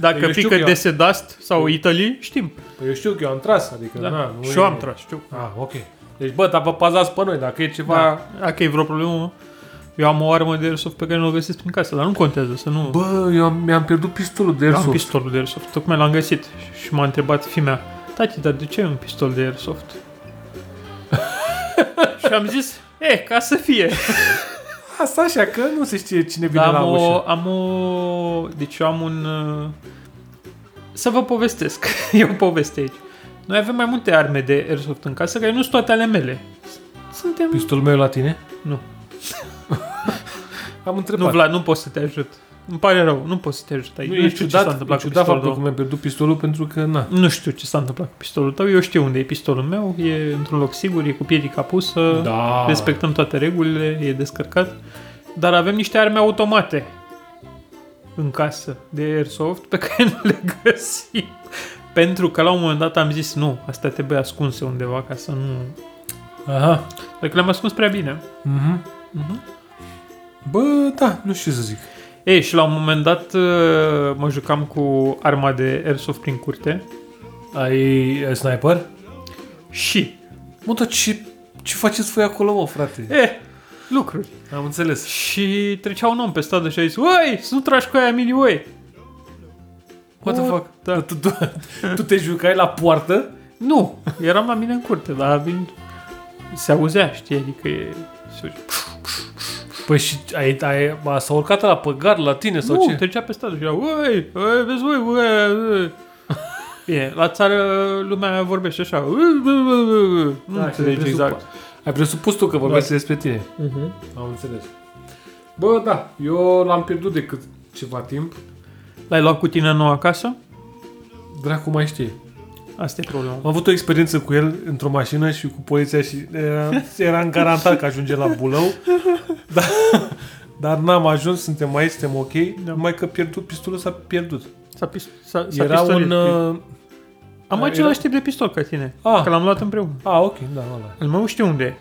Speaker 2: Dacă
Speaker 1: Eu știu
Speaker 2: pică
Speaker 1: că eu-
Speaker 2: Desedast sau Italy, știm.
Speaker 1: Păi eu știu că eu am tras, adică...
Speaker 2: Da.
Speaker 1: Na, nu
Speaker 2: și
Speaker 1: e-
Speaker 2: eu am tras, știu.
Speaker 1: Ah, ok. Deci, bă, dar vă pazați pe noi, dacă e ceva...
Speaker 2: Da. Dacă e vreo problemă, eu am o armă de airsoft pe care nu o găsesc prin casă, dar nu contează, să nu...
Speaker 1: Bă, eu am, mi-am pierdut pistolul de
Speaker 2: Eu am
Speaker 1: airsoft.
Speaker 2: pistolul de airsoft, tocmai l-am găsit și m-a întrebat fimea, tati, dar de ce ai un pistol de airsoft? și am zis, e, ca să fie.
Speaker 1: Asta așa, că nu se știe cine vine
Speaker 2: Dar
Speaker 1: la
Speaker 2: am o,
Speaker 1: ușă.
Speaker 2: am o... Deci eu am un... uh, Să vă povestesc. e o poveste aici. Noi avem mai multe arme de airsoft în casă, care nu sunt toate ale mele. Suntem...
Speaker 1: Pistolul meu e la tine?
Speaker 2: Nu.
Speaker 1: Am întrebat.
Speaker 2: Nu, Vlad, nu pot să te ajut. Îmi pare rău, nu pot să te ajut aici.
Speaker 1: Nu,
Speaker 2: Nu,
Speaker 1: e
Speaker 2: știu ce s-a
Speaker 1: ciudat, e
Speaker 2: întâmplat cu
Speaker 1: ciudat
Speaker 2: pistolul
Speaker 1: faptul că
Speaker 2: tău.
Speaker 1: mi-am pierdut pistolul pentru că, na,
Speaker 2: Nu știu ce s-a întâmplat cu pistolul tău. Eu știu unde e pistolul meu. E într-un loc sigur, e cu piedica pusă.
Speaker 1: da.
Speaker 2: Respectăm toate regulile, e descărcat. Dar avem niște arme automate în casă de airsoft pe care nu le găsim. Pentru că la un moment dat am zis nu, astea trebuie ascunse undeva ca să nu...
Speaker 1: Aha.
Speaker 2: Adică le-am ascuns prea bine.
Speaker 1: Mhm.
Speaker 2: Uh-huh.
Speaker 1: Bă, da, nu știu ce să zic.
Speaker 2: Ei, și la un moment dat uh, mă jucam cu arma de airsoft prin curte
Speaker 1: Ai e, sniper?
Speaker 2: și...
Speaker 1: Mă, dar ce, ce faceți voi acolo, mă, frate?
Speaker 2: Eh, lucruri.
Speaker 1: Am înțeles.
Speaker 2: Și trecea un om pe stradă și a zis Uai, să nu tragi cu aia mini, uai!
Speaker 1: What the fuck?
Speaker 2: Da.
Speaker 1: Tu, tu, tu te jucai la poartă?
Speaker 2: Nu, eram la mine în curte, dar vin... se auzea, știi, adică e... se-
Speaker 1: Păi și ai, ai, a, s-a urcat la păgar la tine sau
Speaker 2: nu,
Speaker 1: ce?
Speaker 2: trecea pe stradă și era, uai, uai, vezi, uai, uai, uai. Bine, la țară lumea vorbește așa, "Ui, ui, ui, ui, ui." nu
Speaker 1: Da,
Speaker 2: înțelegi
Speaker 1: și
Speaker 2: exact.
Speaker 1: Ai presupus tu că vorbești despre tine. Am înțeles. Da. Mhm. Bă, da, eu l-am pierdut de cât ceva timp.
Speaker 2: L-ai luat cu tine nou acasă?
Speaker 1: Dracu mai știe.
Speaker 2: Asta e problema.
Speaker 1: Am avut o experiență cu el într-o mașină și cu poliția și era, eram garantat că ajunge la Bulău. Dar, dar n-am ajuns, suntem aici, suntem ok.
Speaker 2: Da.
Speaker 1: Numai că pierdut, pistolul s-a pierdut.
Speaker 2: S-a, pis- s-a, s-a
Speaker 1: Era
Speaker 2: pistolit.
Speaker 1: un... Uh,
Speaker 2: Am
Speaker 1: era-
Speaker 2: același tip de pistol ca tine,
Speaker 1: Ah.
Speaker 2: că l-am luat împreună.
Speaker 1: a, ok, da, ăla.
Speaker 2: Îl mai știu unde e.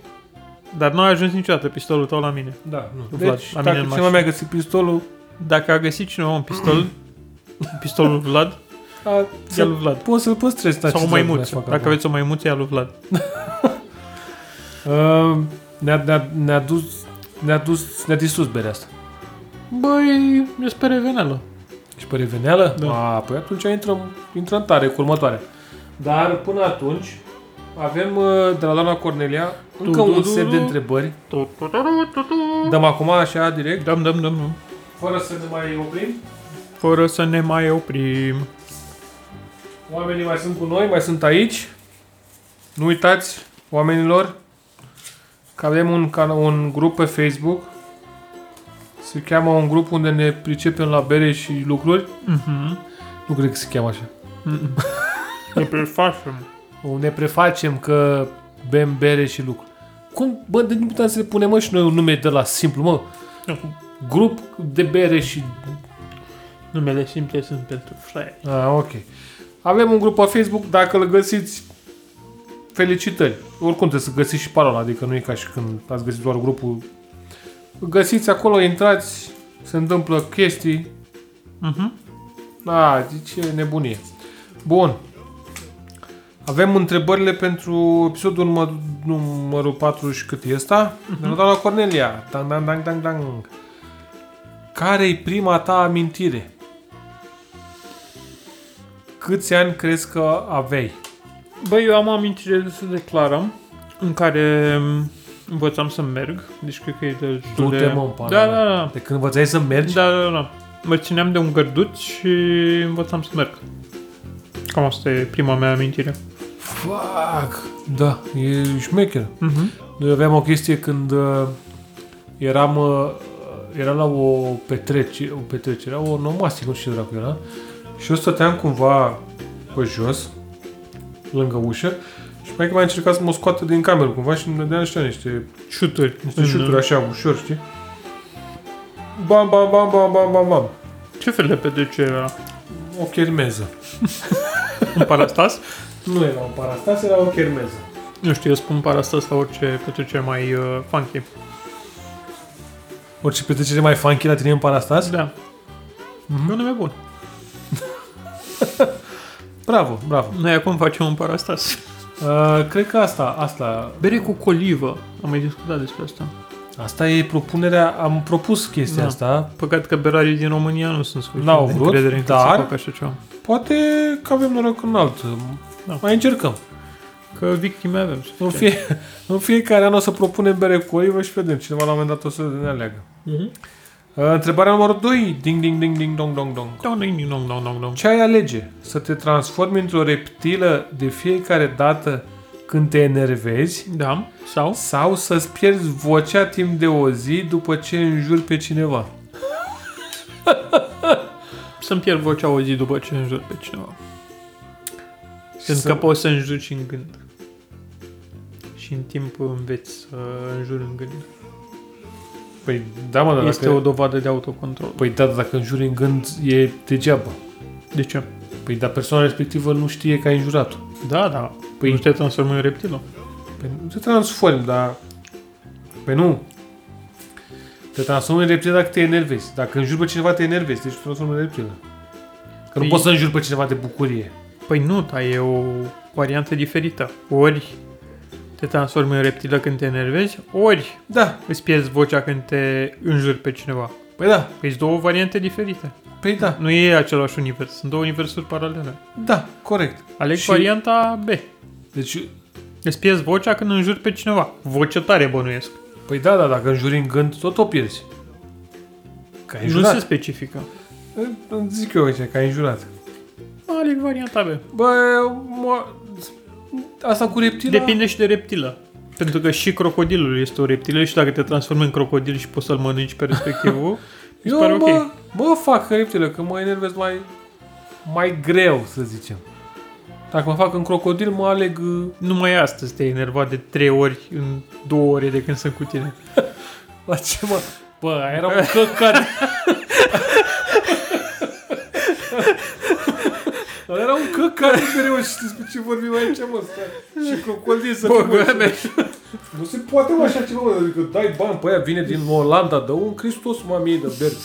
Speaker 2: Dar nu a ajuns niciodată pistolul tău la mine.
Speaker 1: Da, nu.
Speaker 2: Vlad,
Speaker 1: Deci,
Speaker 2: la mine
Speaker 1: dacă
Speaker 2: în
Speaker 1: cineva
Speaker 2: mașină.
Speaker 1: mi-a găsit pistolul,
Speaker 2: Dacă a găsit cineva un pistol, pistolul Vlad,
Speaker 1: a,
Speaker 2: e al
Speaker 1: să,
Speaker 2: lui Vlad.
Speaker 1: poți să-l păstrezi. dar
Speaker 2: Sau
Speaker 1: Da, ce
Speaker 2: o
Speaker 1: dracu mai
Speaker 2: maimuță.
Speaker 1: fac
Speaker 2: Dacă
Speaker 1: acum?
Speaker 2: aveți o maimuță, e al lui Vlad.
Speaker 1: Uh, ne-a, ne-a, ne-a dus ne-a dus, ne-a distrus berea asta.
Speaker 2: Băi, eu sper revenelă.
Speaker 1: Și pe reveneală?
Speaker 2: Da.
Speaker 1: A, păi atunci intrăm, intrăm tare cu următoare. Dar până atunci avem uh, de la doamna Cornelia încă un
Speaker 2: Du-du-du-du.
Speaker 1: set de întrebări. Dăm acum așa direct,
Speaker 2: Dăm, dăm, dăm, dăm.
Speaker 1: fără să ne mai oprim.
Speaker 2: Fără să ne mai oprim.
Speaker 1: Oamenii mai sunt cu noi, mai sunt aici. Nu uitați, oamenilor, că avem un, cana- un grup pe Facebook. Se cheamă un grup unde ne pricepem la bere și lucruri.
Speaker 2: Mhm.
Speaker 1: Nu cred că se cheamă așa.
Speaker 2: Mhm. Ne prefacem.
Speaker 1: Ne prefacem că bem bere și lucru. Cum, bă, de nu putem să le punem, mă, și noi un nume de la simplu, mă? Grup de bere și...
Speaker 2: Numele simple sunt pentru fraier.
Speaker 1: Ah, ok. Avem un grup pe Facebook, dacă îl găsiți, felicitări. Oricum trebuie să găsiți și parola, adică nu e ca și când ați găsit doar grupul. Găsiți acolo, intrați, se întâmplă chestii.
Speaker 2: Mhm.
Speaker 1: A, deci e nebunie. Bun. Avem întrebările pentru episodul număr, numărul 4 și cât e ăsta? De la doamna Cornelia. Dang, dang, dang, dang, dang. Care-i prima ta amintire? Câți ani crezi că aveai?
Speaker 2: Băi, eu am o amintire destul de clară în care m, învățam să merg. Deci cred că e destul
Speaker 1: Du-te,
Speaker 2: de...
Speaker 1: mă, în pana
Speaker 2: da,
Speaker 1: mea.
Speaker 2: da, da.
Speaker 1: De Deci- când învățai să mergi?
Speaker 2: Da, da, da. Mă țineam de un gărduț și învățam să merg. Cam asta e prima mea amintire.
Speaker 1: Fuck! Da, e șmecher.
Speaker 2: Uh-huh.
Speaker 1: Noi aveam o chestie când uh, eram, uh, eram la o petrecere, o petrecere, era o nomastică, nu știu ce dracu era, și eu stăteam cumva pe jos, lângă ușă, și mai că mai încercat să mă scoată din cameră cumva și îmi dădea niște, niște
Speaker 2: Șuturi.
Speaker 1: niște șuturi așa, ușor, știi? Bam, bam, bam, bam, bam, bam, bam.
Speaker 2: Ce fel de PDC era?
Speaker 1: O chermeză.
Speaker 2: Un parastas?
Speaker 1: Nu era un parastas, era o chermeză.
Speaker 2: nu știu, eu spun parastas la orice petrecere mai uh, funky.
Speaker 1: Orice petrecere mai funky la tine în parastas?
Speaker 2: Da.
Speaker 1: Mhm.
Speaker 2: Mm-hmm. E un nume bun.
Speaker 1: Bravo, bravo.
Speaker 2: Noi acum facem un parastas.
Speaker 1: Uh, cred că asta, asta,
Speaker 2: Bere cu colivă. Am mai discutat despre asta.
Speaker 1: Asta e propunerea, am propus chestia
Speaker 2: Da.
Speaker 1: asta.
Speaker 2: Păcat că berarii din România nu sunt suficient
Speaker 1: N-au
Speaker 2: de
Speaker 1: vrut,
Speaker 2: încredere încât
Speaker 1: dar-
Speaker 2: să facă așa ceva.
Speaker 1: Poate că avem noroc în alt.
Speaker 2: Da.
Speaker 1: Mai încercăm.
Speaker 2: Că victime avem.
Speaker 1: În, fie, în fiecare an o să propunem bere cu olivă și vedem. Cineva la un moment dat o să ne aleagă.
Speaker 2: Mm-hmm.
Speaker 1: Uh, Întrebarea numărul 2. Ding, ding, ding, ding, dong, dong, dong.
Speaker 2: Da, nu, nu, nu, nu, nu.
Speaker 1: Ce ai alege? Să te transformi într-o reptilă de fiecare dată când te enervezi?
Speaker 2: Da, sau?
Speaker 1: Sau să-ți pierzi vocea timp de o zi după ce înjuri pe cineva?
Speaker 2: Să-mi pierd vocea o zi după ce înjur pe cineva. Pentru
Speaker 1: Să-
Speaker 2: că poți să înjuri și în gând. Și în timp înveți să înjuri în gând.
Speaker 1: Păi da, mă, dar
Speaker 2: Este
Speaker 1: dacă...
Speaker 2: o dovadă de autocontrol.
Speaker 1: Păi da, dar dacă înjuri în gând, e degeaba.
Speaker 2: De ce?
Speaker 1: Păi dar persoana respectivă nu știe că ai înjurat-o.
Speaker 2: Da, da.
Speaker 1: Păi-
Speaker 2: Păi nu te transformi în reptilă.
Speaker 1: Păi nu te transformi, dar... Păi nu. Te transformi în reptilă dacă te enervezi. Dacă înjuri pe cineva, te enervezi. Deci te transformi în reptilă. Că nu
Speaker 2: Păi-
Speaker 1: poți să înjuri pe cineva de bucurie.
Speaker 2: Păi nu, dar e o variantă diferită. Ori te transformi în reptilă când te enervezi, ori
Speaker 1: Da,
Speaker 2: îți pierzi vocea când te înjuri pe cineva.
Speaker 1: păi da,
Speaker 2: Păi sunt două variante diferite.
Speaker 1: păi da,
Speaker 2: Nu e același univers, sunt două universuri paralele.
Speaker 1: da, corect.
Speaker 2: Aleg
Speaker 1: Și-
Speaker 2: și... varianta B.
Speaker 1: Deci,
Speaker 2: Îți pierzi vocea când înjuri pe cineva. Voce tare bănuiesc.
Speaker 1: păi da, da, dacă înjuri în gând, tot o pierzi. Că ai
Speaker 2: Nu se
Speaker 1: înjurat.
Speaker 2: specifică.
Speaker 1: Nu zic eu aici, că ai înjurat.
Speaker 2: Aleg Adică varianta B.
Speaker 1: Bă, mă... Asta cu reptila...
Speaker 2: Depinde și de reptilă. Pentru că și crocodilul este o reptilă și dacă te transformi în crocodil și poți să-l mănânci pe respectivul, mi se
Speaker 1: Eu
Speaker 2: pare
Speaker 1: mă,
Speaker 2: ok.
Speaker 1: mă fac reptilă, că mă enervez mai, mai greu, să zicem. Dacă mă fac în crocodil, mă aleg... uh,
Speaker 2: Numai astăzi te-ai enervat de trei ori în două ore de când sunt cu tine.
Speaker 1: La ce mă... Bă, aia era un căcat. Dar era un căcat de mereu și despre ce vorbim aici, mă, stai. Și crocodil să fie, mă,
Speaker 2: Bogame.
Speaker 1: Nu se poate mă așa ceva, mă, adică dai bani pe aia, vine din Olanda, dă un Cristos, mă, mie de beri.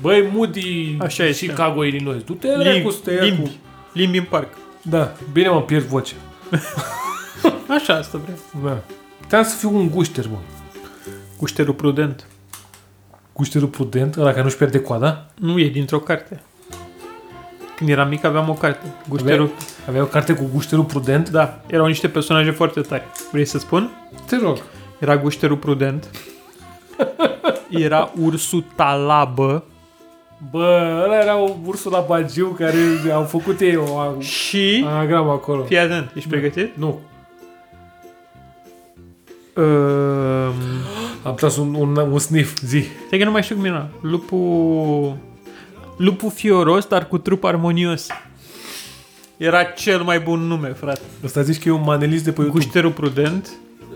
Speaker 1: Băi, Moody,
Speaker 2: Așa este.
Speaker 1: Chicago, Illinois, du-te dracu, să te ia cu...
Speaker 2: Limbi. Limbi în parc.
Speaker 1: Da, bine mă, pierd vocea.
Speaker 2: Așa asta vreau.
Speaker 1: Da. Puteam să fiu un gușter, mă.
Speaker 2: Gușterul prudent.
Speaker 1: Gușterul prudent, ăla care nu-și pierde coada.
Speaker 2: Nu, e dintr-o carte. Când eram mic aveam o carte. Gușterul...
Speaker 1: Avea o carte cu gușterul prudent.
Speaker 2: Da, erau niște personaje foarte tari. Vrei să spun?
Speaker 1: Te rog.
Speaker 2: Era gușterul prudent. Era ursul talabă.
Speaker 1: Bă, ăla era ursul la Bagiu care au făcut ei o
Speaker 2: Și...
Speaker 1: anagramă acolo.
Speaker 2: Fii atent, ești pregătit?
Speaker 1: Nu.
Speaker 2: Um,
Speaker 1: Am tras un, un, un sniff, zi.
Speaker 2: Stai că nu mai știu cum era. Lupul... Lupul fioros, dar cu trup armonios. Era cel mai bun nume, frate.
Speaker 1: Ăsta zici că e un manelist de pe YouTube.
Speaker 2: Gușterul prudent.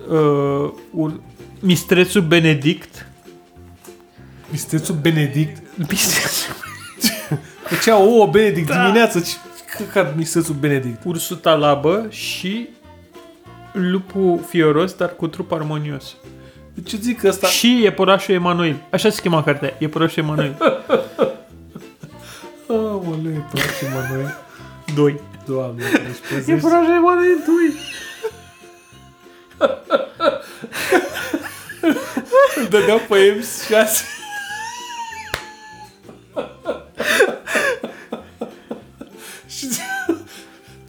Speaker 2: Uh, ur... Mistrețul Benedict.
Speaker 1: Mistețul Benedict.
Speaker 2: Mistrețul...
Speaker 1: Făcea ouă Benedict
Speaker 2: Da.
Speaker 1: dimineață. Ce căcat Mistețul Benedict.
Speaker 2: Ursul talabă și lupul fioros, dar cu trup armonios.
Speaker 1: Deci eu zic că ăsta...
Speaker 2: Și iepurașul Emanuel. Așa se chema cartea, iepurașul Emanuel.
Speaker 1: Aoleu, place mă, noi.
Speaker 2: 2.
Speaker 1: Doamne, deci păzești.
Speaker 2: Iepurașul Emanuel 2.
Speaker 1: Îl dădeau pe M6. Și...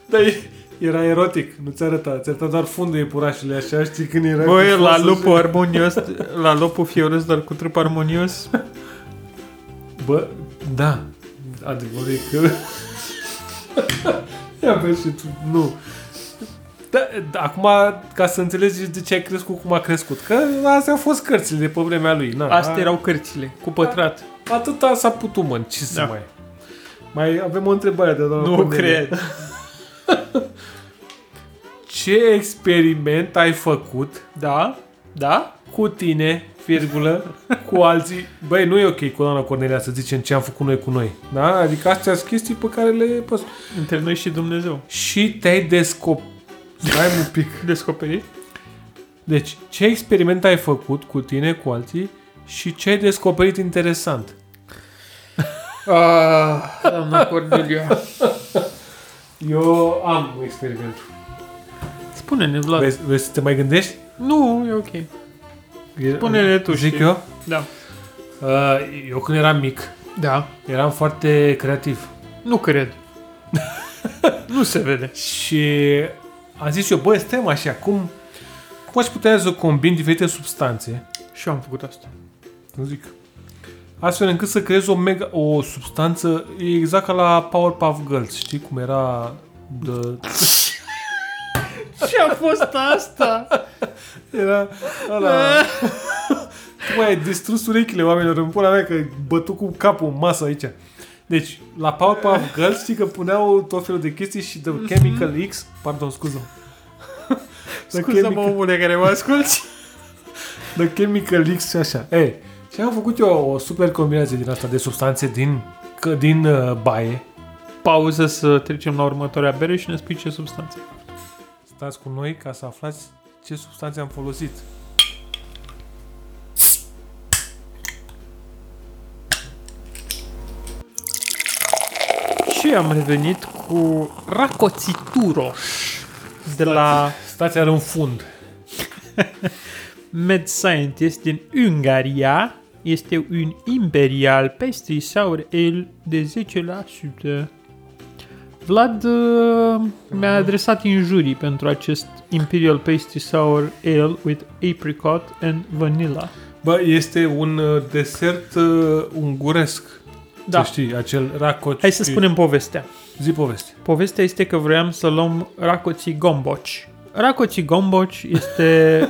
Speaker 1: Dar e- era erotic, nu ți arăta. Ți arăta doar fundul iepurașului, așa, știi, când era...
Speaker 2: Băi,
Speaker 1: cu
Speaker 2: la
Speaker 1: fostul
Speaker 2: lupul armonios, la lupul fioros, dar cu trup armonios,
Speaker 1: și- Bă, da. Adevărul e că... Ia vezi și tu, nu. Da, da, acum, ca să înțelegi de ce ai crescut cum a crescut, că astea au fost cărțile de pe vremea lui. Na,
Speaker 2: Astea
Speaker 1: a-
Speaker 2: erau cărțile, cu pătrat.
Speaker 1: Atâta s-a putut, mă, ce să
Speaker 2: Da.
Speaker 1: mai... Mai avem o întrebare de la doamna
Speaker 2: Nu
Speaker 1: Cornelie.
Speaker 2: cred.
Speaker 1: Ce experiment ai făcut
Speaker 2: Da? Da?
Speaker 1: cu tine, virgulă, cu alții. Băi, nu e ok cu doamna Cornelia să zicem ce am făcut noi cu noi. Da? Adică astea sunt chestii pe care le poți...
Speaker 2: Între noi și Dumnezeu.
Speaker 1: Și te-ai descoperit. Stai un pic.
Speaker 2: Descoperit?
Speaker 1: Deci, ce experiment ai făcut cu tine, cu alții și ce ai descoperit interesant?
Speaker 2: Ah, doamna Cordelia.
Speaker 1: Eu am un experiment.
Speaker 2: Spune-ne, Vlad.
Speaker 1: Vezi, vezi să te mai gândești?
Speaker 2: Nu, e ok. Spune-ne tu,
Speaker 1: Zic
Speaker 2: știi.
Speaker 1: eu?
Speaker 2: Da.
Speaker 1: Uh, Eu când eram mic,
Speaker 2: Da.
Speaker 1: eram foarte creativ.
Speaker 2: Nu cred. nu se vede.
Speaker 1: Și am zis eu, băi, stăm așa, cum, cum aș putea să combin diferite substanțe?
Speaker 2: Și eu am făcut asta.
Speaker 1: Nu zic. Astfel încât să creez o, mega, o substanță e exact ca la Powerpuff Girls. Știi cum era de...
Speaker 2: Ce a fost asta?
Speaker 1: Era ăla... tu mai ai distrus urechile oamenilor în pula mea că ai bătut cu capul în masă aici. Deci, la Powerpuff Girls știi că puneau tot felul de chestii și de Chemical X... Pardon, scuză
Speaker 2: Scuze-mă, omule care mă asculti.
Speaker 1: The Chemical X și așa. Ei, și am făcut eu o super combinație din asta de substanțe din, că, din uh, baie.
Speaker 2: Pauză să trecem la următoarea bere și ne spui ce substanță.
Speaker 1: Stați cu noi ca să aflați ce substanțe am folosit.
Speaker 2: Și am revenit cu Racoțituroș de la
Speaker 1: Stați are un fund.
Speaker 2: Med Scientist din Ungaria. Este un imperial pastry sour ale de 10%. Vlad uh, mi-a adresat injurii pentru acest Imperial Pastry Sour Ale with apricot and vanilla.
Speaker 1: Bă, este un uh, desert uh, unguresc.
Speaker 2: Da.
Speaker 1: Să știi, acel racoci.
Speaker 2: Hai să spunem povestea.
Speaker 1: Zi poveste.
Speaker 2: Povestea este că vroiam să luăm Racoții Gomboci. Racoții Gomboci este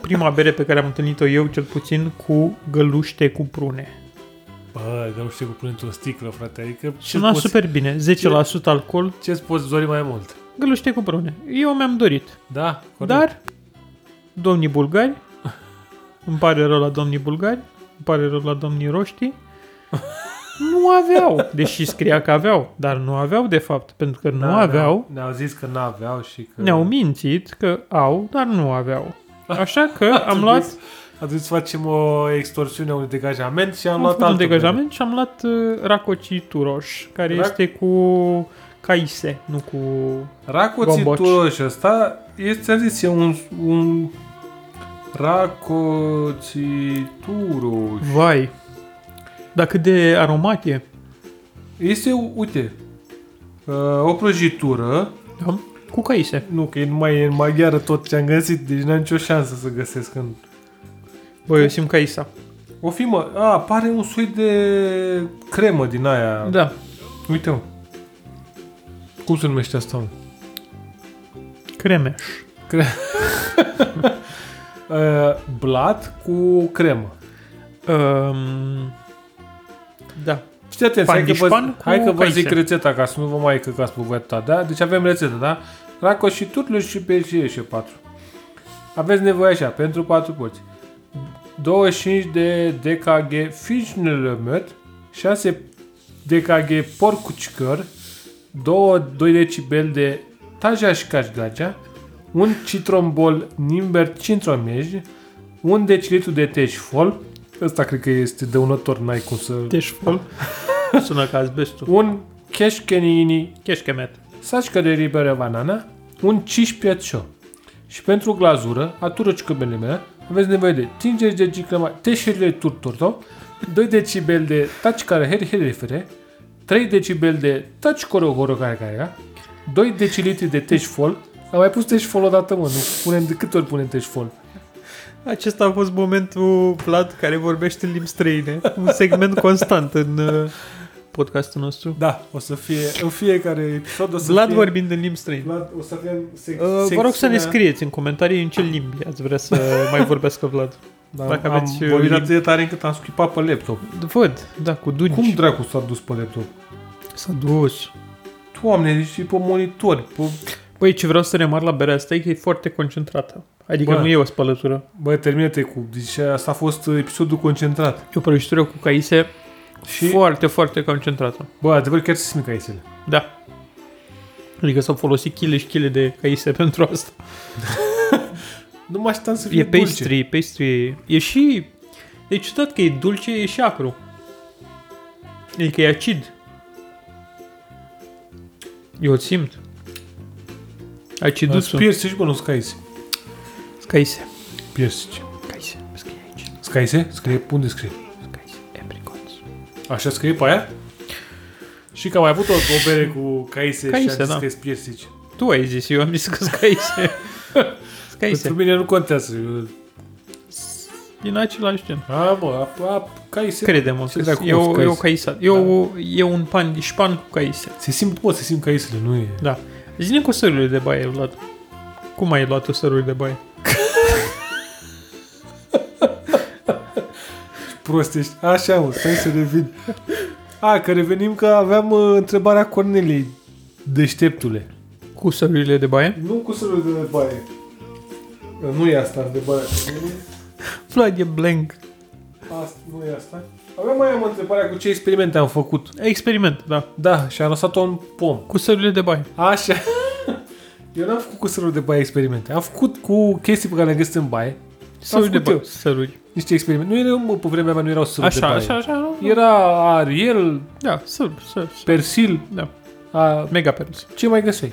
Speaker 2: prima bere pe care am întâlnit-o eu, cel puțin, cu găluște cu prune.
Speaker 1: Bă, dar nu știu cu pune într-o sticlă, frate. Adică
Speaker 2: Și una super bine, 10% alcool,
Speaker 1: ce poți dori mai mult?
Speaker 2: găluște cu prune. Eu mi-am dorit.
Speaker 1: Da, corect.
Speaker 2: Dar, domnii bulgari, îmi pare rău la domnii bulgari, îmi pare rău la domnii roștii, nu aveau, deși scria că aveau, dar nu aveau de fapt, pentru că nu
Speaker 1: Da,
Speaker 2: aveau
Speaker 1: ne-au- Ne-au zis că n-aveau și că...
Speaker 2: Ne-au mințit că au, dar nu aveau. Așa că am luat
Speaker 1: Atunci facem o extorsiune, un degajament și am,
Speaker 2: am
Speaker 1: luat
Speaker 2: făcut un
Speaker 1: altă bere.
Speaker 2: degajament și am luat uh, Racoci Turoș, care
Speaker 1: Rac-
Speaker 2: este cu caise, nu cu... Gomboci.
Speaker 1: Racoțitul și ăsta este, a zis, e un, un racoțituru.
Speaker 2: Vai! Dar cât de aromat e.
Speaker 1: Este, uite, uh, o prăjitură,
Speaker 2: Da? Cu caise.
Speaker 1: nu că e numai e în maghiară tot ce am găsit, deci n-am nicio șansă să găsesc. În...
Speaker 2: Băi, eu simt caisa.
Speaker 1: O fi, mă, a, pare un soi de cremă din aia.
Speaker 2: Da.
Speaker 1: Uite, mă. Cum se numește asta, mă?
Speaker 2: Cremeș.
Speaker 1: Cre- Uh, blat cu cremă.
Speaker 2: Um, da.
Speaker 1: Fiți atenți, hai că, vă,
Speaker 2: Pandișpan cu
Speaker 1: hai că vă zic
Speaker 2: caise.
Speaker 1: rețeta ca să nu vă mai căcați pe voia da? Deci avem rețeta, da? Raco și turluș și pe și ieșe 4. Aveți nevoie așa, pentru 4 porți. 25 de DKG fișnelămăt, 6 DKG porcucicăr, 2, 2 decibel de tajaș cașgagea, un citrombol nimber cintromej, un decilitru de teșfol, ăsta cred că este dăunător, n-ai cum să...
Speaker 2: Deci, sună ca asbestul.
Speaker 1: un cheșchenini,
Speaker 2: Cheșchemet.
Speaker 1: sașcă de liberă banana, un ciș piacio. Și pentru glazură, aturăci cu mele, aveți nevoie de 50 de giclama, teșerile turturto, 2 decibel de taci care heri herifere, 3 decibel de taci coro coro care care era, 2 decilitri de teșfol, am mai pus teșfol odată, mă, nu punem de câte ori punem teșfol.
Speaker 2: Acesta a fost momentul Vlad care vorbește în limbi străine. Un segment constant în uh, podcastul nostru.
Speaker 1: Da, o să fie în fiecare episod o să
Speaker 2: Vlad
Speaker 1: fie...
Speaker 2: vorbind în limbi străine. Uh,
Speaker 1: Vlad, o să avem sec-
Speaker 2: vă rog să
Speaker 1: secțiunea-
Speaker 2: ne scrieți în comentarii în ce limbi ați vrea să mai vorbească Vlad.
Speaker 1: Da,
Speaker 2: dacă
Speaker 1: am
Speaker 2: aveți, uh,
Speaker 1: vorbit
Speaker 2: lim-
Speaker 1: atât de tare încât am scuipat pe laptop.
Speaker 2: Văd, da, cu dungi.
Speaker 1: Cum dracu s-a dus pe laptop?
Speaker 2: S-a dus.
Speaker 1: Doamne, deci e pe monitor. Pe...
Speaker 2: Păi, ce vreau să remarc la berea asta e că e foarte concentrată. Adică
Speaker 1: Bă.
Speaker 2: nu e o spălătură.
Speaker 1: Bă, termină-te cu... Deci asta a fost uh, episodul concentrat.
Speaker 2: E o prăjitură cu caise
Speaker 1: Și,
Speaker 2: foarte, foarte concentrată.
Speaker 1: bă, adevăr chiar se simt caisele.
Speaker 2: Da. Adică s-au folosit chile și chile de caise pentru asta.
Speaker 1: Nu mă așteptam să fie
Speaker 2: E
Speaker 1: dulce.
Speaker 2: pastry, pastry. E și... E ciudat că e dulce, e și acru. Adică e acid. Eu îl simt. Acidul
Speaker 1: Îți
Speaker 2: sunt.
Speaker 1: piersici, bă, nu scaise.
Speaker 2: Caise.
Speaker 1: Piersici.
Speaker 2: Caise. Scrie aici.
Speaker 1: Scaise? Scrie? Unde scrie?
Speaker 2: Caise. Apricots.
Speaker 1: Așa scrie pe aia? Și că am mai avut o, o bere cu caise,
Speaker 2: Caise,
Speaker 1: și am zis
Speaker 2: da.
Speaker 1: că sunt piersici.
Speaker 2: Tu ai zis, eu am zis că scaise.
Speaker 1: Pentru
Speaker 2: scaise.
Speaker 1: mine nu contează. Eu-
Speaker 2: Din același gen.
Speaker 1: A, mă, a, a, caise.
Speaker 2: Credem,
Speaker 1: Ce dracu,
Speaker 2: e, o,
Speaker 1: caise?
Speaker 2: e o caisa. E, o, e un pan, șpan cu caise.
Speaker 1: Se simt, mă, se simt caisele, nu e...
Speaker 2: Da. Zine cu sărurile de baie, Vlad. Cum ai luat tu sărurile de baie?
Speaker 1: prostești. Așa, mă, stai să revin. A, că revenim că aveam uh, întrebarea Corneliei. Deșteptule.
Speaker 2: Cu sărurile de baie?
Speaker 1: Nu cu sărul de baie. Nu e asta, de baie.
Speaker 2: Vlad e blank.
Speaker 1: Asta, nu e asta. Aveam mai am întrebarea cu ce experimente am făcut.
Speaker 2: Experiment, da.
Speaker 1: Da, și am lăsat-o în pom.
Speaker 2: Cu sărurile de baie.
Speaker 1: Așa. Eu n-am făcut cu sărul de baie experimente. Am făcut cu chestii pe care le-am găsit în baie.
Speaker 2: Săruri de
Speaker 1: făcut
Speaker 2: baie.
Speaker 1: eu.
Speaker 2: Săruri.
Speaker 1: Niște experimente. Nu erau, mă, pe vremea mea nu erau sărul de
Speaker 2: Așa,
Speaker 1: baie.
Speaker 2: așa, așa, nu?
Speaker 1: Era Ariel,
Speaker 2: Da, săruri, săruri.
Speaker 1: Persil,
Speaker 2: Da.
Speaker 1: a,
Speaker 2: Mega perus.
Speaker 1: ce mai găseai.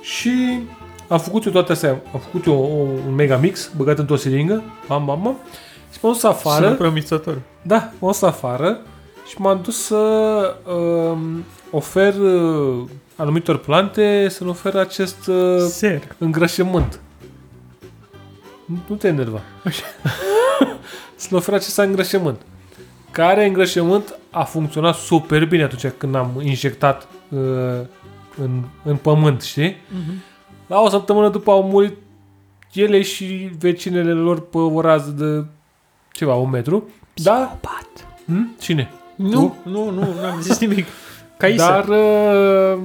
Speaker 1: Și am făcut eu toate astea. Am făcut eu o- un mega mix, băgat într-o siringă, bam, bam, bam. Și m-am dus afară,
Speaker 2: Sună promițător.
Speaker 1: da, m-am dus afară și m-am dus să um, ofer uh, anumitor plante, să nu ofer acest uh,
Speaker 2: Ser.
Speaker 1: îngrășământ. Nu- Nu te enerva.
Speaker 2: Așa.
Speaker 1: Să-l ofer acest îngrășământ. Care îngrășământ a funcționat super bine atunci când am injectat uh, în, în pământ, știi?
Speaker 2: Mhm.
Speaker 1: La o săptămână după au murit ele și vecinele lor pe o rază de ceva, un metru. Da?
Speaker 2: Pat.
Speaker 1: Hm? Cine?
Speaker 2: Nu, nu, nu, n-am zis nimic. Caise.
Speaker 1: Dar uh,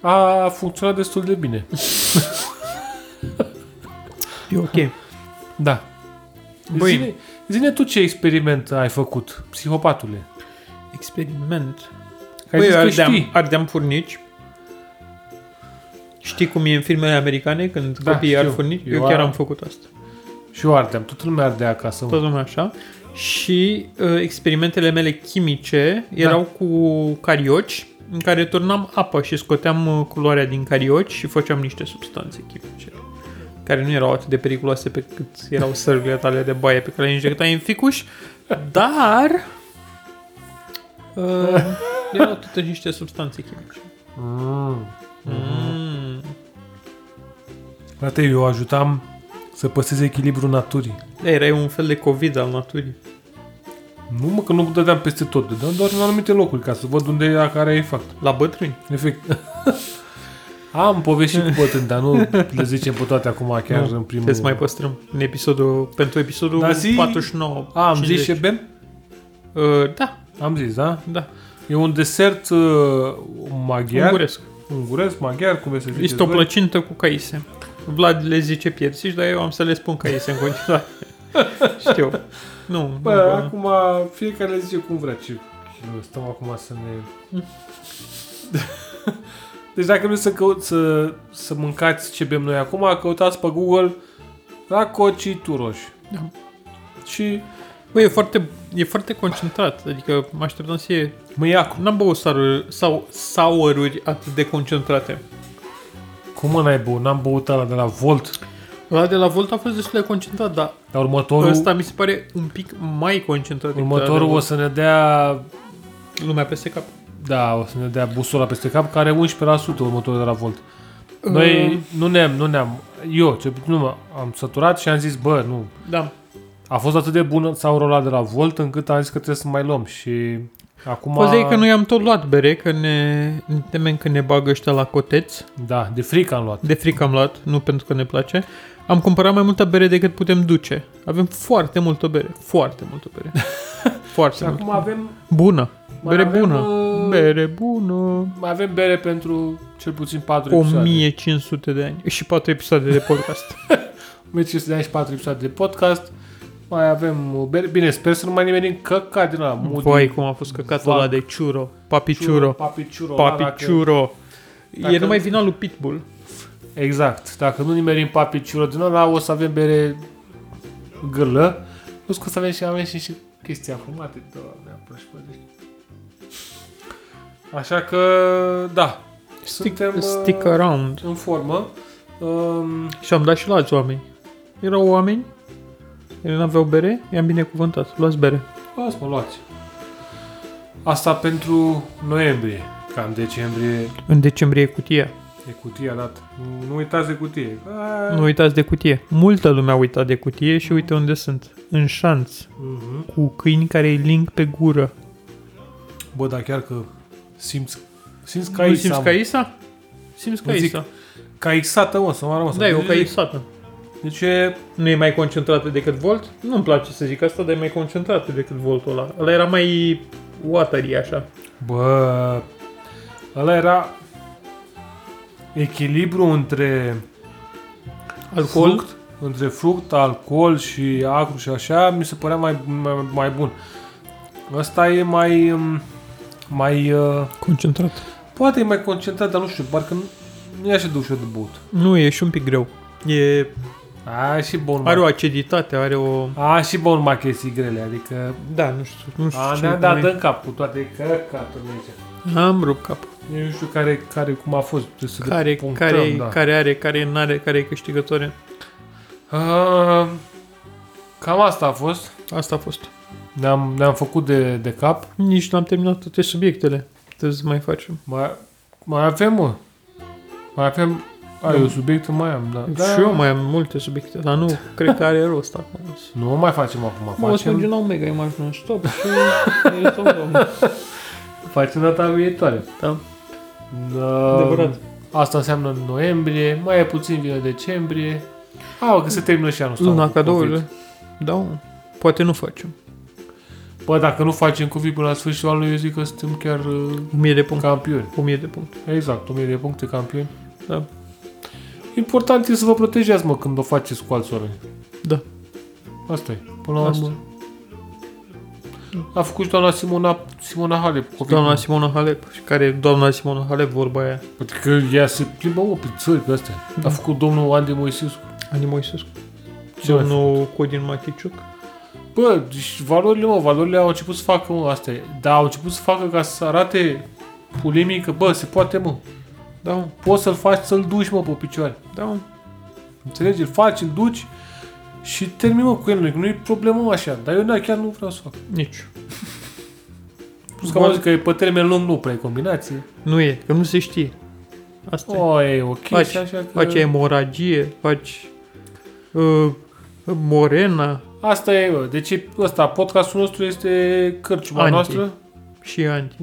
Speaker 1: a funcționat destul de bine.
Speaker 2: E ok.
Speaker 1: Da.
Speaker 2: Băi.
Speaker 1: Zine, zine tu ce experiment ai făcut, psihopatule.
Speaker 2: Experiment.
Speaker 1: Ai zis
Speaker 2: Băi,
Speaker 1: că
Speaker 2: ardeam,
Speaker 1: știi.
Speaker 2: ardeam furnici. Știi cum e în filmele americane când
Speaker 1: Da,
Speaker 2: copiii ar
Speaker 1: știu.
Speaker 2: furnici? Eu,
Speaker 1: Eu
Speaker 2: chiar
Speaker 1: am-
Speaker 2: am făcut asta.
Speaker 1: Și eu ardeam, toată lumea ardea acasă.
Speaker 2: Toată
Speaker 1: Tot...
Speaker 2: lumea așa. Și uh, experimentele mele chimice erau cu carioci în care turnam apă și scoteam uh, culoarea din carioci și făceam niște substanțe chimice care nu erau atât de periculoase pe cât erau sărgurile tale de baie pe care le injectai în ficuș, dar uh, erau totuși niște substanțe chimice.
Speaker 1: Mm.
Speaker 2: Mm.
Speaker 1: Frate, eu ajutam să păstreze echilibrul naturii.
Speaker 2: Da, erai un fel de COVID al naturii.
Speaker 1: Nu mă, că nu dădeam peste tot, dădeam doar în anumite locuri ca să văd unde e care e fapt.
Speaker 2: La bătrâni.
Speaker 1: Efect. Am povestit cu bătrân, dar nu le zicem pe toate acum chiar
Speaker 2: Nu,
Speaker 1: în primul...
Speaker 2: Trebuie să mai păstrăm în episodul, pentru episodul
Speaker 1: Dar zi-
Speaker 2: 49.
Speaker 1: A, am zis
Speaker 2: 50.
Speaker 1: ce bem?
Speaker 2: Uh, da,
Speaker 1: Am zis, da?
Speaker 2: da.
Speaker 1: E un desert uh, maghiar.
Speaker 2: Unguresc.
Speaker 1: Unguresc, maghiar, cum vreți să ziceți.
Speaker 2: Este o
Speaker 1: voi.
Speaker 2: plăcintă cu caise. Vlad le zice piersici, dar eu am să le spun caise în continuare. Știu. Nu, nu,
Speaker 1: Bă,
Speaker 2: bă.
Speaker 1: acum fiecare zice cum vrea ce stăm acum să ne... deci dacă vreți să, căut, să, să mâncați ce bem noi acum, căutați pe Google Racoci Turoși.
Speaker 2: Da.
Speaker 1: Și
Speaker 2: Bă, e foarte, e foarte concentrat. Adică mă așteptam să fie...
Speaker 1: măiacul.
Speaker 2: N-am băut saruri, sau soururi atât de concentrate.
Speaker 1: Cum mă n-ai băut? N-am băut ăla de la Volt.
Speaker 2: La de la Volt a fost destul de concentrat, dar
Speaker 1: Dar următorul,
Speaker 2: Ăsta mi se pare un pic mai concentrat decât
Speaker 1: următorul
Speaker 2: ăla
Speaker 1: o
Speaker 2: de
Speaker 1: să ne dea...
Speaker 2: la- lumea peste cap.
Speaker 1: Da, o să ne dea busola peste cap, care e 11% următorul de la Volt.
Speaker 2: Uh.
Speaker 1: Noi nu ne-am, nu ne-am, eu ce, nu m- am săturat și am zis, bă, nu,
Speaker 2: Da.
Speaker 1: A fost atât de bună sau rola de la Volt încât am zis că trebuie să mai luăm și Acum,
Speaker 2: Poza e că noi am tot luat bere, că ne, ne temem că ne bagă ăștia la coteț.
Speaker 1: Da, de frică am luat.
Speaker 2: De frică am luat, nu pentru că ne place. Am cumpărat mai multă bere decât putem duce. Avem foarte multă bere, foarte multă bere.
Speaker 1: Și
Speaker 2: Foarte multă.
Speaker 1: acum avem,
Speaker 2: Bună,
Speaker 1: mai
Speaker 2: bere
Speaker 1: avem,
Speaker 2: bună,
Speaker 1: uh,
Speaker 2: bere bună.
Speaker 1: mai avem bere pentru cel puțin 4 episoade.
Speaker 2: 1500 de ani și 4 episoade de podcast.
Speaker 1: 1500 de ani și 4 episoade de podcast. Mai avem uh, bere. Bine, sper să nu mai nimeni căcat din ăla. Moody,
Speaker 2: Voi cum a fost căcatul
Speaker 1: Vac.
Speaker 2: ăla de ciuro, papiciuro,
Speaker 1: Papi Ciuro. ăla, dacă-
Speaker 2: papiciuro.
Speaker 1: dacă-
Speaker 2: E numai vina lui Pitbull.
Speaker 1: Exact. Dacă nu nimerim Papi Ciuro din ăla, o să avem bere gâlă. Plus că o să avem și, avem și, și chestii afumate. Doamne, apă și pădești. Așa că, da. Suntem,
Speaker 2: Stick,
Speaker 1: uh,
Speaker 2: stick around.
Speaker 1: în formă. Um,
Speaker 2: Și am dat și la alți oameni. Erau oameni, ele n-aveau bere, i-am binecuvântat. Luați bere.
Speaker 1: Luați, mă, luați. Asta pentru noiembrie. Ca în decembrie
Speaker 2: În decembrie e cutia.
Speaker 1: e cutia dat. Nu- Nu uitați de cutie. A,
Speaker 2: Nu uitați de cutie. Multă lume a uitat de cutie și uite unde sunt. În șanț,
Speaker 1: mhm.
Speaker 2: cu câini care îi ling pe gură.
Speaker 1: Bă, dar chiar că simți, simți ca
Speaker 2: Ca nu
Speaker 1: Isa,
Speaker 2: simți
Speaker 1: mă.
Speaker 2: ca Isa? Simți ca
Speaker 1: Îmi zic-
Speaker 2: Isa.
Speaker 1: Ca ixată, mă, să mă rămă.
Speaker 2: Da, e o caisată.
Speaker 1: Deci e...
Speaker 2: Nu e mai concentrată decât Volt? Nu-mi place să zic asta, dar e mai concentrată decât Voltul ăla. Ăla era mai watery așa.
Speaker 1: Bă... Ăla era echilibru între
Speaker 2: Alcool?
Speaker 1: fruct, între fruct, alcool și acru și așa, mi se părea mai, mai, mai bun. Ăsta e mai... um, mai... uh,
Speaker 2: Concentrat.
Speaker 1: Poate e mai concentrat, dar nu știu, parcă nu- nu e așa de ușor de băut.
Speaker 2: Nu, e și un pic greu. E,
Speaker 1: A, și bun.
Speaker 2: are o
Speaker 1: mă.
Speaker 2: aciditate, are o...
Speaker 1: A, și bun, mai chestii grele, adică...
Speaker 2: Da, nu știu, nu știu
Speaker 1: A,
Speaker 2: ce
Speaker 1: ne-a
Speaker 2: cum
Speaker 1: dat
Speaker 2: e.
Speaker 1: în cap cu toate căcaturile aici.
Speaker 2: Am rupt cap.
Speaker 1: Eu nu știu care, care cum a fost. trebuie să
Speaker 2: Care,
Speaker 1: punctăm,
Speaker 2: care,
Speaker 1: da.
Speaker 2: care are, care n-are, care e câștigătoare.
Speaker 1: Ah, Cam asta a fost.
Speaker 2: Asta a fost.
Speaker 1: Ne-am, ne-am făcut de, de cap.
Speaker 2: Nici n-am terminat toate subiectele. Trebuie să mai facem.
Speaker 1: Mai, mai avem, mă. Mai avem... Ai,
Speaker 2: Da.
Speaker 1: eu subiectul mai am, da.
Speaker 2: Da. Și eu mai am multe subiecte, dar nu cred că are rost acum.
Speaker 1: Nu mai facem acum.
Speaker 2: Mă
Speaker 1: Facem,
Speaker 2: spun la Omega Image non-stop și e tot domnul.
Speaker 1: facem data viitoare.
Speaker 2: Da,
Speaker 1: Da.
Speaker 2: adevărat.
Speaker 1: Asta înseamnă noiembrie, mai e puțin vine decembrie. A, că se termină și anul ăsta.
Speaker 2: Luna
Speaker 1: cu COVID.
Speaker 2: cadourile. Da, mă. poate nu facem.
Speaker 1: Bă, dacă nu facem COVID până la sfârșitul anului, eu zic că suntem chiar uh,
Speaker 2: 1000 de puncte.
Speaker 1: campioni.
Speaker 2: 1000 de puncte.
Speaker 1: Exact, 1000 de puncte campioni.
Speaker 2: Da.
Speaker 1: Important e să vă protejați, mă, când o faceți cu alți oameni.
Speaker 2: Da.
Speaker 1: Asta e. Până la
Speaker 2: Asta.
Speaker 1: urmă. A făcut și doamna Simona, Simona Halep. cu COVID.
Speaker 2: Doamna Simona Halep. Și care e doamna Simona Da. Halep vorba aia?
Speaker 1: Pentru că Adică ea se plimbă, mă, pe țări, pe astea. A făcut domnul Andy Moisescu.
Speaker 2: Ani Moisescu.
Speaker 1: Ce mai
Speaker 2: Domnul Codin Maticiuc.
Speaker 1: Bă, deci valorile, mă, valorile au început să facă, mă, astea. Dar au început să facă ca să arate pulimii că, bă, se poate, mă.
Speaker 2: Da, mă.
Speaker 1: Poți să-l faci să-l duci, mă, pe picioare.
Speaker 2: da. mă.
Speaker 1: Înțelegi? Îl faci, îl duci și termin, mă, cu el. Nu-i problemă mă, așa. Dar eu na, chiar nu vreau să fac.
Speaker 2: Nici.
Speaker 1: Plus că am zis că e pe termen lung nu prea e combinație.
Speaker 2: Nu e, că nu se știe. Asta e.
Speaker 1: O, e o
Speaker 2: Faci,
Speaker 1: chestie așa că...
Speaker 2: faci emoragie, faci uh, morena
Speaker 1: Asta e, bă. Deci e- ăsta, podcastul nostru este cărciuma
Speaker 2: Anti.
Speaker 1: noastră.
Speaker 2: și anti.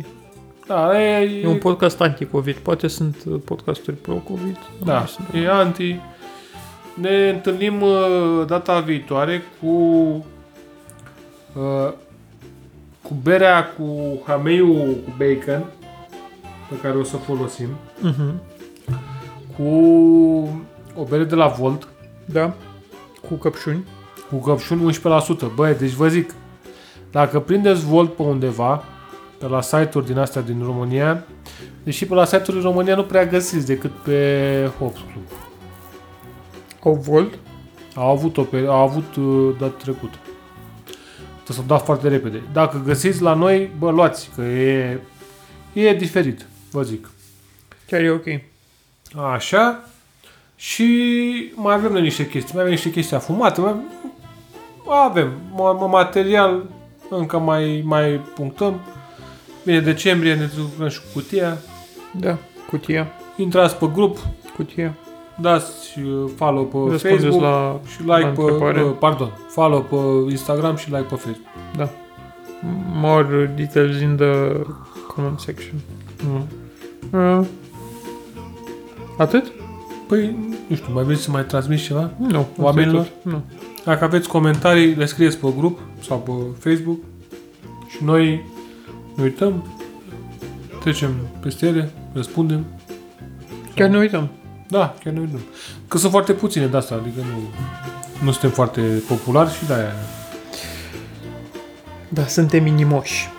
Speaker 1: Da, e,
Speaker 2: E un podcast anti-covid. Poate sunt uh, podcasturi pro-covid. nu
Speaker 1: Da,
Speaker 2: mai sunt.
Speaker 1: e anti. Ne întâlnim uh, data viitoare cu uh, cu berea cu hameiul cu bacon pe care o să o folosim
Speaker 2: Mhm.
Speaker 1: cu o bere de la Volt
Speaker 2: Da, cu căpșuni.
Speaker 1: cu căpșuni 11%. Băi, deci vă zic, dacă prindeți Volt pe undeva, pe la site-uri din astea din România, deși pe la site-uri din România nu prea găsiți decât pe Hops Club.
Speaker 2: Au volt.
Speaker 1: Au avut-o pe, au avut uh, dat trecut. Să s-o dat foarte repede. Dacă găsiți la noi, bă, luați, că e, e diferit, vă zic.
Speaker 2: Chiar e ok.
Speaker 1: Așa. Și mai avem noi niște chestii. Mai avem niște chestii afumate. Mai avem ma- ma- material. Încă mai, mai punctăm. Bine, decembrie ne ducem și cu cutia.
Speaker 2: Da, cutia.
Speaker 1: Intrați pe grup,
Speaker 2: Cutia.
Speaker 1: dați uh, follow pe
Speaker 2: Răspundeți
Speaker 1: Facebook
Speaker 2: la...
Speaker 1: și like
Speaker 2: la
Speaker 1: pe,
Speaker 2: întrebare.
Speaker 1: pe... Pardon, follow pe Instagram și like pe Facebook.
Speaker 2: Da. More details in the comment section.
Speaker 1: Mm.
Speaker 2: Uh, atât?
Speaker 1: Păi, nu știu, mai vreți să mai transmiți ceva?
Speaker 2: Nu.
Speaker 1: Oamenilor?
Speaker 2: atât. Nu.
Speaker 1: Dacă aveți comentarii, le scrieți pe grup sau pe Facebook și noi ne uităm, trecem peste ele, răspundem.
Speaker 2: Chiar ne uităm.
Speaker 1: Da, chiar ne uităm. Că sunt foarte puține de asta, adică nu, nu suntem foarte populari și de-aia.
Speaker 2: Da, suntem inimoși.